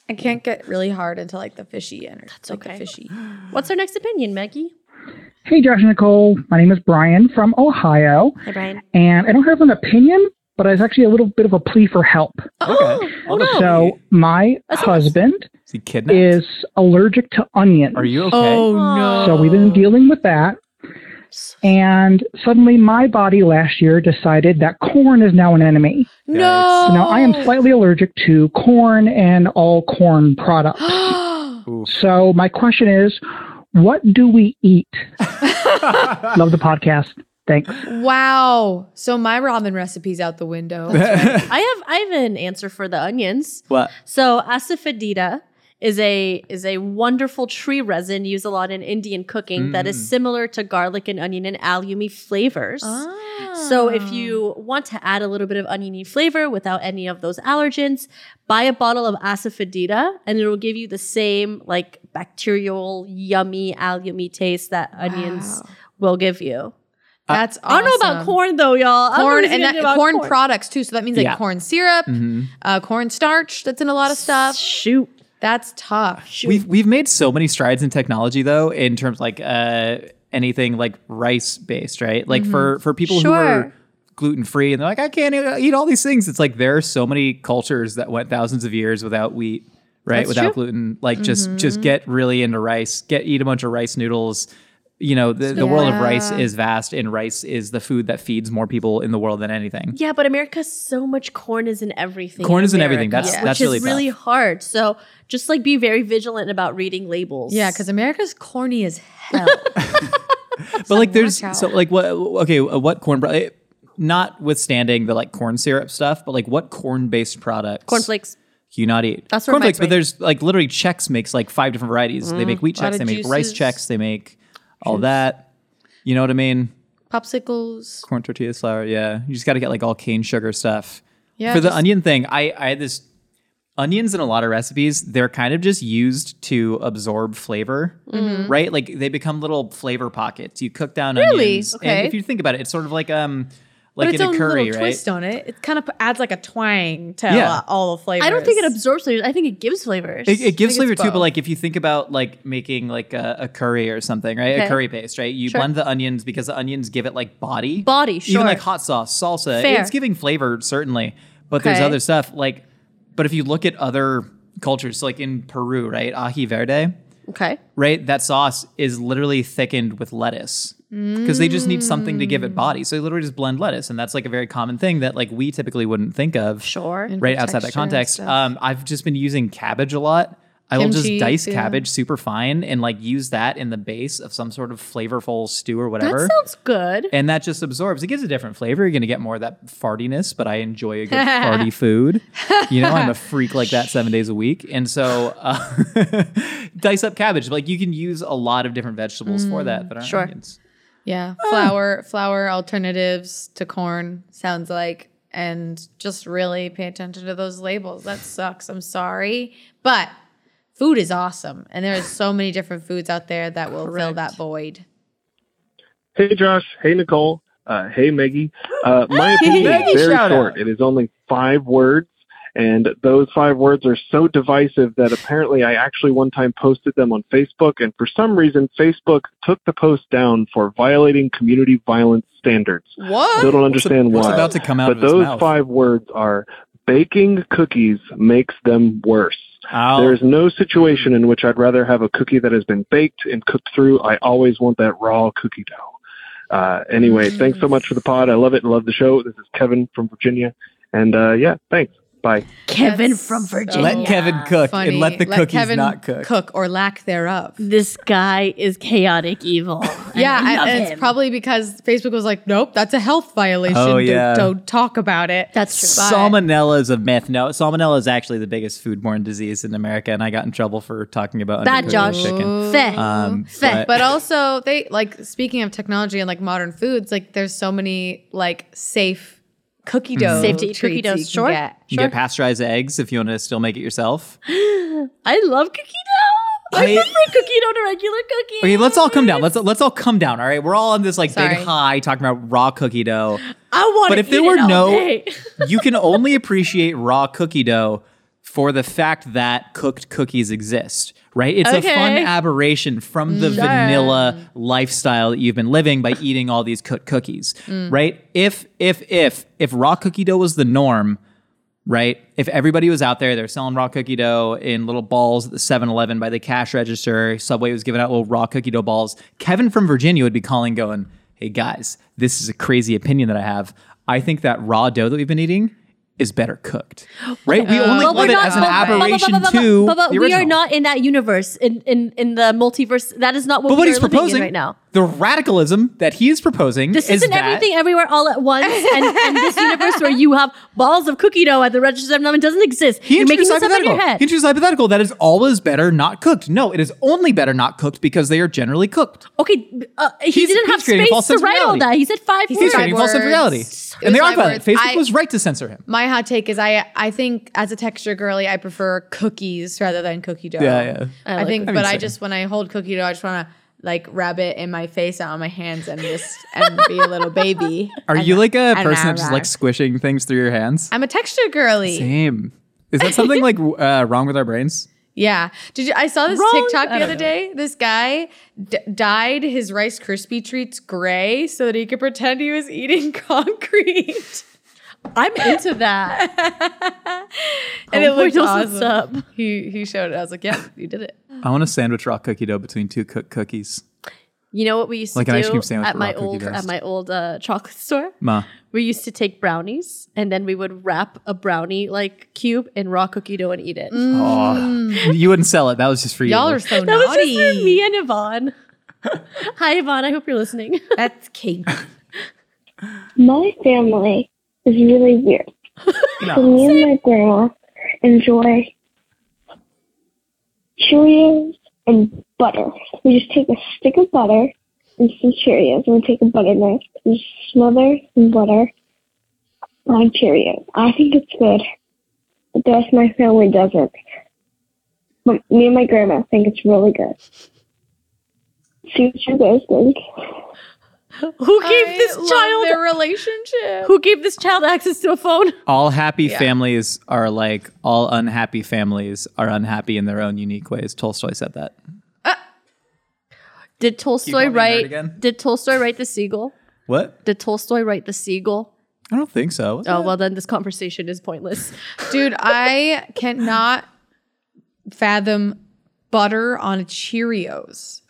S5: I can't get really hard into like the fishy energy. That's like
S2: okay.
S5: the fishy.
S2: What's our next opinion, Maggie?
S7: Hey, Josh and Nicole. My name is Brian from Ohio.
S2: Hi, Brian.
S7: And I don't have an opinion, but it's actually a little bit of a plea for help.
S3: Okay.
S2: [GASPS] Oh, no.
S7: So, my husband
S3: is he kidnapped?
S7: is allergic to onions.
S3: Are you okay?
S5: Oh.
S2: no.
S7: So, we've been dealing with that. And suddenly, my body last year decided that corn is now an enemy.
S3: No.
S7: So now I am slightly allergic to corn and all corn products. so my question is, what do we eat? Love the podcast. Thanks.
S5: Wow. So my ramen recipe's out
S2: [LAUGHS]
S5: the window.
S2: I have I have an answer for the onions.
S3: What?
S2: So asafetida is a is a wonderful tree resin used a lot in Indian cooking that
S5: Mm.
S2: is similar to garlic and onion and alumi flavors.
S5: Ah,
S2: So if you want to add a little bit of oniony flavor without any of those allergens, buy a bottle of asafetida and it will give you the same like bacterial yummy alumi taste that onions will give you.
S5: That's
S2: I don't know about
S5: awesome.
S2: corn though, y'all. I don't know
S5: Corn
S2: what you
S5: and
S2: can
S5: that,
S2: do about Mm-hmm.
S5: corn, products too. So that means like
S3: Yeah.
S5: corn syrup,
S3: Mhm.
S5: uh, corn starch that's in a lot of stuff.
S2: Shoot.
S5: That's tough.
S3: We've we've made so many strides in technology though, in terms like uh, anything like rice based, right? Like for for people who
S2: Sure.
S3: are gluten free and they're like, I can't eat, eat all these things. It's like there are so many cultures that went thousands of years without wheat, right? without gluten. Like just just get really into rice. Get eat a bunch of rice noodles. You know, the, the world of rice is vast, and rice is the food that feeds more people in the world than anything.
S2: Yeah, but America, so much corn is in everything.
S3: Corn is in everything.
S2: America,
S3: That's- that's
S2: which
S3: really
S2: is
S3: tough.
S2: really hard. So just like be very vigilant about reading labels.
S5: Yeah, because America's corny
S2: [LAUGHS]
S5: as hell.
S3: but like there's
S5: workout.
S3: so like what okay uh, what corn pro- eh, notwithstanding the like corn syrup stuff but like what corn based products
S2: cornflakes.
S3: can you not eat
S2: That's where my
S3: cornflakes but
S2: brain-
S3: there's like literally checks makes like five different varieties they make wheat
S5: Lot
S3: checks they
S5: of
S3: make rice
S5: juices.
S3: checks they make all that you know what i mean
S5: Popsicles.
S3: corn tortillas flour yeah you just got to get like all cane sugar stuff
S5: Yeah,
S3: for the
S5: just-
S3: onion thing i i had this onions in a lot of recipes they're kind of just used to absorb flavor right like they become little flavor pockets you cook down
S5: Mm-hmm. Really?
S3: onions
S5: Okay.
S3: and if you think about it it's sort of like um like
S5: but its
S3: in
S5: own
S3: a curry,
S5: little
S3: right?
S5: twist on it. It kind of adds like a twang to
S3: Yeah.
S5: uh, all the flavors.
S2: I don't think it absorbs flavors. I think it gives flavors.
S3: It, it gives
S5: I think
S3: flavor
S5: it's
S3: too, but
S5: both.
S3: like if you think about like making like a, a curry or something, right?
S2: Okay.
S3: A curry paste, right? You
S2: Sure.
S3: blend the onions because the onions give it like body,
S2: Body, sure.
S3: even like hot sauce, salsa.
S2: Fair.
S3: It's giving flavor certainly, but there's
S2: Okay.
S3: other stuff like. But if you look at other cultures, like in Peru, right, ají verde,
S2: okay.
S3: right? That sauce is literally thickened with lettuce because they just need something to
S5: Mm.
S3: give it body. So they literally just blend lettuce, and that's like a very common thing that like we typically wouldn't think of.
S2: Sure.
S3: Right outside that
S5: texture and
S3: context,
S5: stuff.
S3: um, I've just been using cabbage a lot. I will just
S5: Kimchi,
S3: dice
S5: too.
S3: cabbage super fine and like use that in the base of some sort of flavorful stew or
S2: That
S3: whatever.
S2: sounds good.
S3: and that just absorbs. It gives a different flavor. You're gonna get more of that fartiness, but I enjoy a good farty food. You know, I'm a freak like that seven days a week, and so uh, [LAUGHS] dice up cabbage. Like you can use a lot of different vegetables for that. But
S2: sure.
S3: onions.
S5: Yeah,
S2: Ah.
S5: flour, flour alternatives to corn sounds like, and just really pay attention to those labels. That sucks. I'm sorry, but food is awesome, and there is so many different foods out there that will fill that void.
S8: Hey, Josh. Hey, Nicole. Uh, hey, Maggie. Uh, my opinion
S3: Maggie,
S8: is very
S3: shout
S8: short.
S3: out.
S8: It is only five words, and those five words are so divisive that apparently I actually one time posted them on Facebook, and for some reason, Facebook took the post down for violating community violence standards. Still
S5: What?
S8: don't understand
S3: what's
S8: why.
S3: about to come out
S8: but
S3: of his
S8: those
S3: mouth?
S8: five words are baking cookies makes them worse.
S3: Ow.
S8: There is no situation in which I'd rather have a cookie that has been baked and cooked through. I always want that raw cookie dough. Uh, anyway, thanks so much for the pod. I love it and love the show. This is Kevin from Virginia. And uh, yeah, thanks. Bye.
S2: Kevin
S5: That's
S2: from
S5: so
S2: Virginia.
S3: Let Kevin cook
S5: Funny.
S3: and let the cookies
S5: Kevin
S3: not cook.
S5: cook or lack thereof.
S2: This guy is chaotic [LAUGHS] evil. and
S5: Yeah,
S2: I love
S5: and it's
S2: him.
S5: probably because Facebook was like, "Nope, that's a health violation.
S3: Oh,
S5: Don't-
S3: yeah.
S5: don't, talk about it."
S2: That's true.
S5: But-
S3: Salmonella is a myth. No, salmonella is actually the biggest foodborne disease in America, and I got in trouble for talking about
S2: Bad
S3: undercooked
S2: Josh.
S3: chicken.
S2: Feh.
S3: Um,
S2: Feh.
S3: but-
S5: but also they like speaking of technology and like modern foods like there's so many like safe
S3: Mm-hmm.
S5: cookie dough
S2: Mm-hmm. Safe to eat cookie
S5: treats
S2: doughs,
S5: you
S2: sure.
S5: can get.
S3: You get pasteurized eggs if you want to still make it yourself.
S2: I love cookie dough. I,
S3: I-
S2: prefer cookie dough to regular cookie.
S3: Okay, let's all come down. Let's let's all come down. All right, we're all on this like
S5: Sorry.
S3: big high talking about raw cookie dough.
S2: [LAUGHS] I want.
S3: But if there were no,
S2: [LAUGHS]
S3: you can only appreciate raw cookie dough for the fact that cooked cookies exist. Right? It's a fun
S2: Okay.
S3: aberration from the vanilla lifestyle that you've been living by eating all these cooked cookies.
S2: Mm.
S3: Right? If if if if raw cookie dough was the norm, right? If everybody was out there, they're selling raw cookie dough in little balls at the 7 Eleven by the cash register. Subway was giving out little raw cookie dough balls. Kevin from Virginia would be calling, going, Hey guys, this is a crazy opinion that I have. I think that raw dough that we've been eating is better
S2: [GASPS]
S3: cooked. Right? We only love
S2: But we're
S3: it
S2: not.
S3: as an
S2: but- but-
S3: aberration
S2: but- but- but-
S3: to.
S2: but- but
S3: the
S2: we are
S3: original.
S2: not in that universe. In in in the multiverse, that is not what
S3: But
S2: we
S3: what
S2: are
S3: he's
S2: living in
S3: proposing
S2: right now.
S3: the radicalism that he is proposing.
S2: This
S3: is
S2: isn't
S3: that-
S2: everything everywhere all at once, and, and this universe where you have balls of cookie dough at the register of them doesn't exist.
S3: He
S2: You're making
S3: introduced
S2: this up in
S3: hypothetical.
S2: your head.
S3: He introduced hypothetical that is always better not cooked. No, it is only better not cooked because they are generally cooked.
S2: Okay, uh, he
S3: He's-
S2: didn't have
S3: he's creating
S2: space
S3: a false
S2: to
S3: sense of
S2: write all
S3: reality.
S2: that. He said five
S3: He's
S2: words.
S3: creating false
S5: words.
S3: reality.
S5: It
S3: And they
S5: was
S3: are
S5: my
S3: violent.
S5: words.
S3: Facebook
S5: I-
S3: was right to censor him.
S5: my hot take is i i think as a texture girly i prefer cookies rather than cookie dough
S3: Yeah, yeah.
S5: i,
S2: like
S5: think
S3: I mean,
S5: but i
S3: same.
S5: just when i hold cookie dough i just want to like rub it in my face out on my hands and just and be a little baby
S3: Are
S5: And-
S3: you like a
S5: and
S3: person that just
S5: rah-rah.
S3: like squishing things through your hands?
S5: i'm a texture girly
S3: Same. Is that something like uh, wrong with our
S5: [SIGHS]
S3: brains?
S5: Yeah. Did you, I saw this
S2: Wrong.
S5: TikTok
S2: I
S5: the
S2: don't
S5: other day? This guy d- dyed his Rice Krispie treats gray so that he could pretend he was eating [LAUGHS] concrete.
S2: I'm into that. [LAUGHS]
S5: and it
S2: Homeboy
S5: looked
S2: knows
S5: awesome.
S2: what's Oh, up.
S5: He he showed it. I was like, yeah, you did it.
S3: I want to sandwich raw cookie dough between two cooked cookies.
S2: You know what we used
S3: Like
S2: to
S3: an
S2: do
S3: ice cream sandwich
S2: at
S3: with
S2: my
S3: raw cookie
S2: old at
S3: dust.
S2: my old uh, chocolate store?
S3: Ma.
S2: We used to take brownies and then we would wrap a brownie like cube in raw cookie dough and eat it.
S3: Oh, you wouldn't sell it. That was just for you.
S5: Y'all are so
S2: That was
S5: naughty.
S2: just for me and Yvonne. [LAUGHS] Hi Yvonne, I hope you're [LAUGHS] listening.
S5: That's cake.
S9: My family is really weird. So
S3: No.
S9: me and my grandma enjoy Cheerios and butter. We just take a stick of butter and some Cheerios, and we take a butter knife and just smother some butter on Cheerios. I think it's good, but the rest of my family doesn't. But me and my grandma think it's really good. See what you guys think.
S2: Who gave this
S5: love
S2: child
S5: their relationship.
S2: who gave this child access to a phone?
S3: All happy families are like all unhappy families are unhappy in their own unique ways. Tolstoy said that.
S2: Did
S3: call me
S2: Tolstoy
S3: nerd again?
S2: write Did Tolstoy write The Seagull?
S3: What?
S2: Did Tolstoy write The Seagull?
S3: I don't think so.
S2: Oh, well then this conversation is pointless.
S5: Dude, I cannot fathom butter on Cheerios.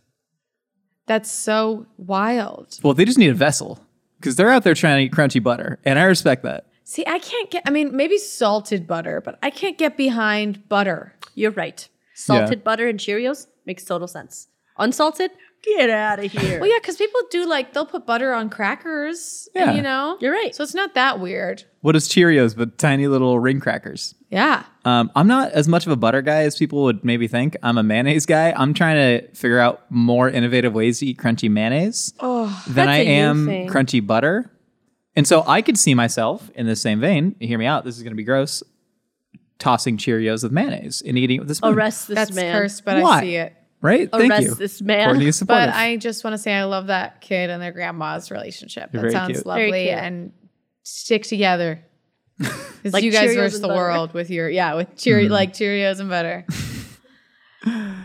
S5: That's so wild.
S3: Well, they just need a vessel because they're out there trying to eat crunchy butter, and I respect that.
S5: See, I can't get, I mean, maybe salted butter, but I can't get behind butter.
S2: [LAUGHS] You're right. Salted butter and Cheerios makes total sense. Unsalted? Get out of here.
S5: Well, yeah, because people do like, they'll put butter on crackers,
S3: Yeah.
S5: and, you know?
S2: You're right.
S5: So it's not that weird.
S3: What is Cheerios but tiny little ring crackers?
S5: Yeah.
S3: Um, I'm not as much of a butter guy as people would maybe think. I'm a mayonnaise guy. I'm trying to figure out more innovative ways to eat crunchy mayonnaise than
S2: Oh, that's
S3: I
S2: a you
S3: am
S2: thing.
S3: crunchy butter. And so I could see myself in the same vein. Hear me out. This is going to be gross. Tossing Cheerios with mayonnaise and eating it with a spoon.
S2: Arrest this
S5: That's
S2: man.
S5: cursed, but
S3: Why?
S5: I see it.
S3: right? Thank
S2: arrest
S3: you.
S2: this man.
S3: Courtney
S2: [LAUGHS]
S3: is
S5: But
S3: supportive.
S5: I just want to say I love that kid and their grandma's relationship.
S3: They're very
S5: that sounds
S3: cute.
S2: Very
S5: lovely
S2: cute.
S5: and stick
S3: [LAUGHS]
S5: together. 'Cause
S2: Like
S5: you guys
S2: Cheerios
S5: versus
S2: and
S5: the
S2: butter.
S5: world with your yeah with
S3: Mm.
S5: Cheerio like Cheerios and butter.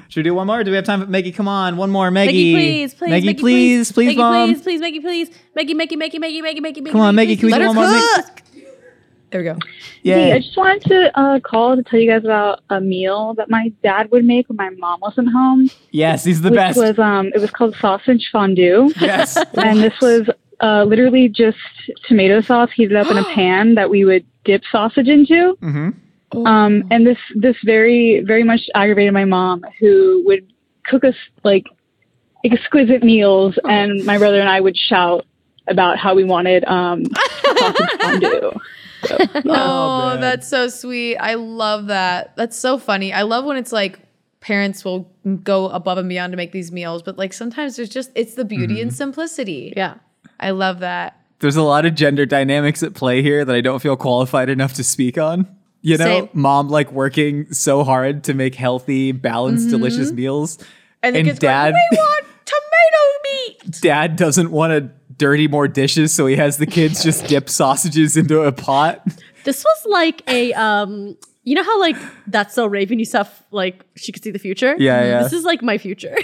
S3: Should we do one more? Do we have time? For- Maggie, come on, one more. Maggie,
S2: Maggie, please, please,
S3: Maggie,
S2: Maggie,
S3: please, please,
S2: Maggie,
S3: mom.
S2: please, please, Maggie, please, Maggie, Maggie, Maggie, Maggie, Maggie, Maggie.
S3: Come on, Maggie, can we
S2: please.
S3: get one more? Maggie?
S5: There we go.
S10: Hey, I
S3: Yay.
S10: just wanted to uh, call to tell you guys about a meal that my dad would make when my mom wasn't home,
S3: Yes, he's the
S10: which
S3: best.
S10: was um, it was called sausage fondue,
S3: yes.
S2: [LAUGHS]
S10: and this was uh, literally just tomato sauce heated up in a pan that we would dip sausage into.
S3: hmm
S10: Um, and this this very very much aggravated my mom, who would cook us like exquisite meals, and my brother and I would shout about how we wanted um, sausage fondue.
S5: Oh,
S3: man.
S5: that's so sweet. I love that. That's so funny. I love when it's like parents will go above and beyond to make these meals, but like sometimes there's just it's the beauty and simplicity.
S2: Mm-hmm. Yeah.
S5: I love that.
S3: There's a lot of gender dynamics at play here that I don't feel qualified enough to speak on. You know,
S2: Same.
S3: mom like working so hard to make healthy, balanced,
S2: Mm-hmm.
S3: delicious meals,
S5: And, the
S3: And
S5: kids going,
S3: dad-
S5: we want
S2: [LAUGHS]
S5: tomato meat.
S3: dad doesn't want to dirty more dishes, so he has the kids
S2: [LAUGHS]
S3: just dip sausages into a pot.
S2: This was like a um. You know how like that's so Raven you saw f- like she could see the future.
S3: Yeah, yeah.
S2: This is like my [LAUGHS] future.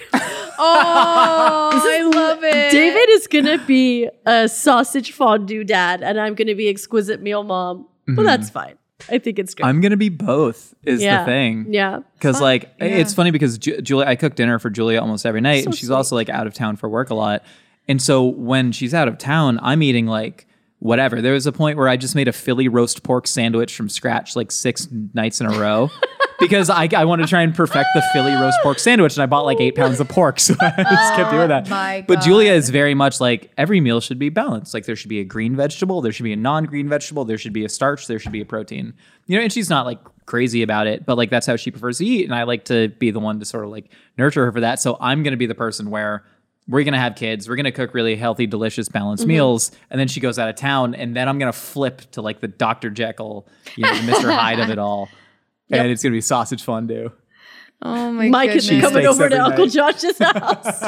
S5: Oh, I love it.
S2: David is gonna be a sausage fondue dad, and I'm gonna be exquisite meal mom.
S3: Mm-hmm.
S2: But that's fine. I think it's great.
S3: I'm gonna be both. Is
S2: yeah.
S3: the thing.
S2: Yeah.
S3: Because like
S5: yeah.
S3: it's funny because Ju- Julia, I cook dinner for Julia almost every night, and she's also like out of town for work a lot. And so when she's out of town, I'm eating like whatever. There was a point where I just made a Philly roast pork sandwich from scratch like six nights in a
S5: [LAUGHS]
S3: row. Because I, I want to try and perfect the Philly roast pork sandwich, and I bought like eight pounds of pork, [LAUGHS] so I just kept doing that.
S5: Oh my
S3: But Julia is very much like every meal should be balanced. Like there should be a green vegetable, there should be a non-green vegetable, there should be a starch, there should be a protein. You know, and she's not like crazy about it, but like that's how she prefers to eat. And I like to be the one to sort of like nurture her for that. So I'm gonna be the person where we're gonna have kids, we're gonna cook really healthy, delicious, balanced meals, and then she goes out of town, and then I'm gonna flip to like the Dr. Jekyll, you know, the Mr. Hyde of it all. And it's gonna be sausage fondue.
S5: Oh my
S2: Mike
S5: goodness.
S2: is coming
S3: Steaks
S2: over to
S3: every
S2: Uncle
S3: night.
S2: Josh's house.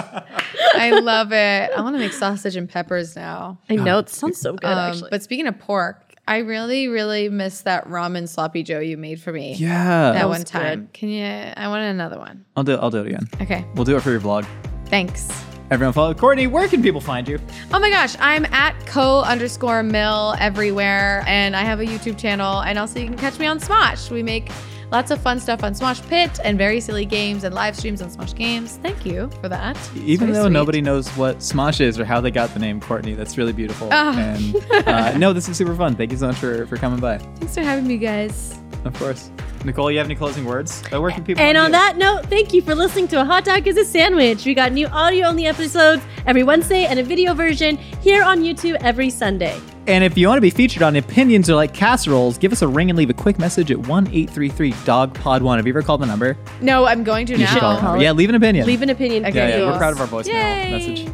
S5: I love it. I want to make sausage and peppers now.
S2: [LAUGHS] I know it sounds so good.
S5: Um,
S2: actually,
S5: but speaking of pork, I really, really miss that ramen sloppy Joe you made for me.
S3: Yeah.
S5: That
S2: was
S5: one time. Can you? I want another one.
S3: I'll do I'll do it again.
S5: Okay.
S3: We'll do it for your vlog.
S5: Thanks.
S3: Everyone follow Courtney, where can people find you?
S5: Oh my gosh. I'm at co underscore mill everywhere. And I have a YouTube channel. And also, you can catch me on Smosh. We make lots of fun stuff on Smosh Pit and very silly games and live streams on Smosh Games. Thank you for that. It's
S3: Even
S5: very
S3: though
S5: sweet.
S3: nobody knows what Smosh is or how they got the name Courtney, that's really beautiful.
S5: Ah.
S3: And uh, no, this is super fun. Thank you so much for, for coming by.
S5: Thanks for having me, guys.
S3: Of course. Nicole, you have any closing words? Uh, where can people find
S2: And on
S3: you?
S2: that note, thank you for listening to A Hot Dog is a Sandwich. We got new audio only episodes every Wednesday and a video version here on YouTube every Sunday.
S3: And if you want to be featured on Opinions Are Like Casseroles, give us a ring and leave a quick message at one eight three three dog pod one Have you ever called the number?
S5: No, I'm going to
S3: You should call the
S5: now.
S3: number. Yeah, leave an opinion.
S2: Leave an opinion.
S5: Okay,
S3: yeah, yeah,
S5: cool.
S3: we're proud of our voicemail
S2: Yay.
S3: message.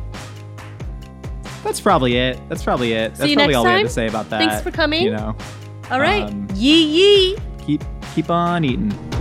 S3: That's probably it. That's probably it. That's
S2: you
S3: probably
S2: next
S3: all we
S2: time.
S3: have to say about that.
S2: Thanks for coming.
S3: You know,
S2: All right.
S3: Um,
S2: yee yee.
S3: keep keep on eating.